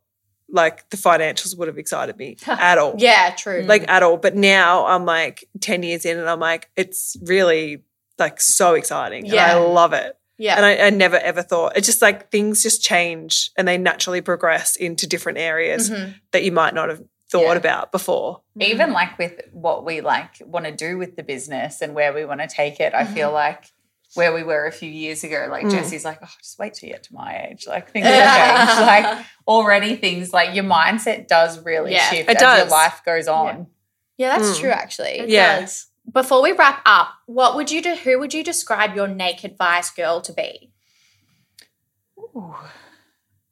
[SPEAKER 4] like the financials would have excited me at all.
[SPEAKER 1] Yeah, true.
[SPEAKER 4] Like at all. But now I'm like 10 years in and I'm like, it's really like so exciting.
[SPEAKER 1] Yeah.
[SPEAKER 4] And I love it.
[SPEAKER 1] yeah.
[SPEAKER 4] And I, I never ever thought it's just like things just change and they naturally progress into different areas
[SPEAKER 1] Mhm.
[SPEAKER 4] that you might not have thought
[SPEAKER 3] Yeah.
[SPEAKER 4] about before.
[SPEAKER 3] even like with what we like want to do with the business and where we want to take it, I feel like where we were a few years ago, like
[SPEAKER 4] Mm.
[SPEAKER 3] Jesse's like, oh, just wait till you get to my age. Like things have changed. Like already things like your mindset does really
[SPEAKER 1] Yeah,
[SPEAKER 3] shift
[SPEAKER 4] it
[SPEAKER 3] as your
[SPEAKER 4] does.
[SPEAKER 3] life goes on.
[SPEAKER 1] Yeah, that's
[SPEAKER 4] Mm.
[SPEAKER 1] true actually.
[SPEAKER 2] It
[SPEAKER 4] Yeah.
[SPEAKER 2] does.
[SPEAKER 1] Before we wrap up, what would you do who would you describe your naked vice girl to be?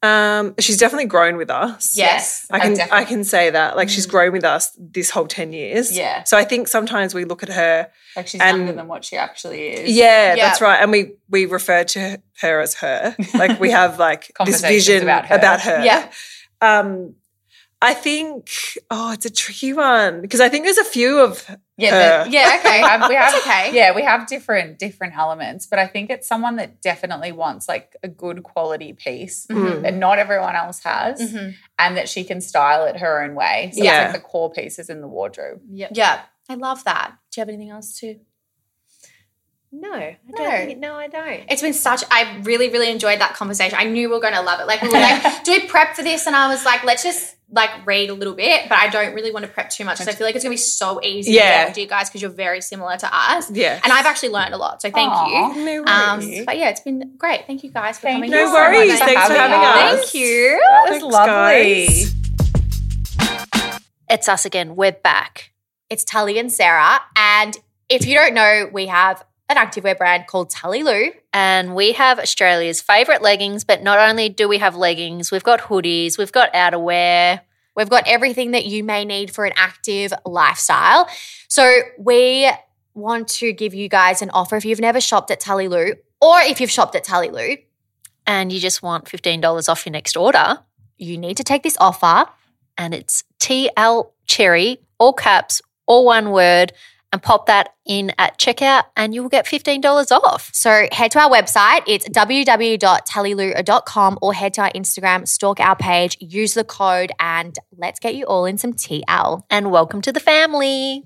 [SPEAKER 4] Um, she's definitely grown with us.
[SPEAKER 1] Yes.
[SPEAKER 4] I can I
[SPEAKER 3] definitely-
[SPEAKER 4] can say that. Like she's
[SPEAKER 3] Mm.
[SPEAKER 4] grown with us this whole 10 years.
[SPEAKER 3] Yeah.
[SPEAKER 4] So I think sometimes we look at her
[SPEAKER 3] Like she's
[SPEAKER 4] And-
[SPEAKER 3] younger than what she actually is.
[SPEAKER 4] Yeah,
[SPEAKER 1] Yeah.
[SPEAKER 4] that's right. And we we refer to her as her. Like we have like this
[SPEAKER 3] Conversations
[SPEAKER 4] vision
[SPEAKER 3] about her.
[SPEAKER 1] Yeah.
[SPEAKER 4] Um I think oh, it's a tricky one because I think there's a few of
[SPEAKER 3] Yeah.
[SPEAKER 4] Her.
[SPEAKER 3] the-
[SPEAKER 1] Yeah, okay.
[SPEAKER 3] We have- we have-
[SPEAKER 1] That's okay.
[SPEAKER 3] yeah, we have different different elements, but I think it's someone that definitely wants like a good quality piece
[SPEAKER 1] Mhm.
[SPEAKER 3] that not everyone else has
[SPEAKER 1] Mhm.
[SPEAKER 3] and that she can style it her own way. So
[SPEAKER 4] Yeah.
[SPEAKER 3] it's like the core pieces in the wardrobe.
[SPEAKER 2] Yeah.
[SPEAKER 1] Yeah. I love that. Do you have anything else to
[SPEAKER 2] No, I don't
[SPEAKER 1] No.
[SPEAKER 2] think no, I don't.
[SPEAKER 1] It's been such. I really, really enjoyed that conversation. I knew we were going to love it. Like we were like, do we prep for this? And I was like, let's just like read a little bit, but I don't really want to prep too much because I feel like it's going to be so easy
[SPEAKER 4] Yeah.
[SPEAKER 1] to get to you guys because you're very similar to us.
[SPEAKER 4] yeah.
[SPEAKER 1] And I've actually learned a lot, so thank you.
[SPEAKER 4] No worries.
[SPEAKER 1] Um, but yeah, it's been great. Thank you guys for
[SPEAKER 3] Thank
[SPEAKER 1] coming.
[SPEAKER 3] you
[SPEAKER 4] no
[SPEAKER 1] on.
[SPEAKER 3] so
[SPEAKER 4] worries.
[SPEAKER 3] much for
[SPEAKER 4] Thanks for
[SPEAKER 3] having
[SPEAKER 4] having us.
[SPEAKER 3] us.
[SPEAKER 1] Thank you.
[SPEAKER 3] That was
[SPEAKER 4] Thanks,
[SPEAKER 3] lovely.
[SPEAKER 4] guys.
[SPEAKER 2] It's us again. We're back.
[SPEAKER 1] It's Tully and Sarah, and if you don't know, we have an activewear brand called Tully Lou.
[SPEAKER 2] And we have Australia's favourite leggings, but not only do we have leggings, we've got hoodies, we've got outerwear.
[SPEAKER 1] We've got everything that you may need for an active lifestyle. So we want to give you guys an offer if you've never shopped at Tally Lou or if you've shopped at Tally Lou,
[SPEAKER 2] And you just want $15 off your next order.
[SPEAKER 1] you need to take this offer.
[SPEAKER 2] And it's TL Cherry, all caps, all one word. and pop that in at checkout and you will get $15 off.
[SPEAKER 1] So head to our website. It's www.tallyloo.com or head to our Instagram, stalk our page, use the code, and let's get you all in some TL.
[SPEAKER 2] And welcome to the family.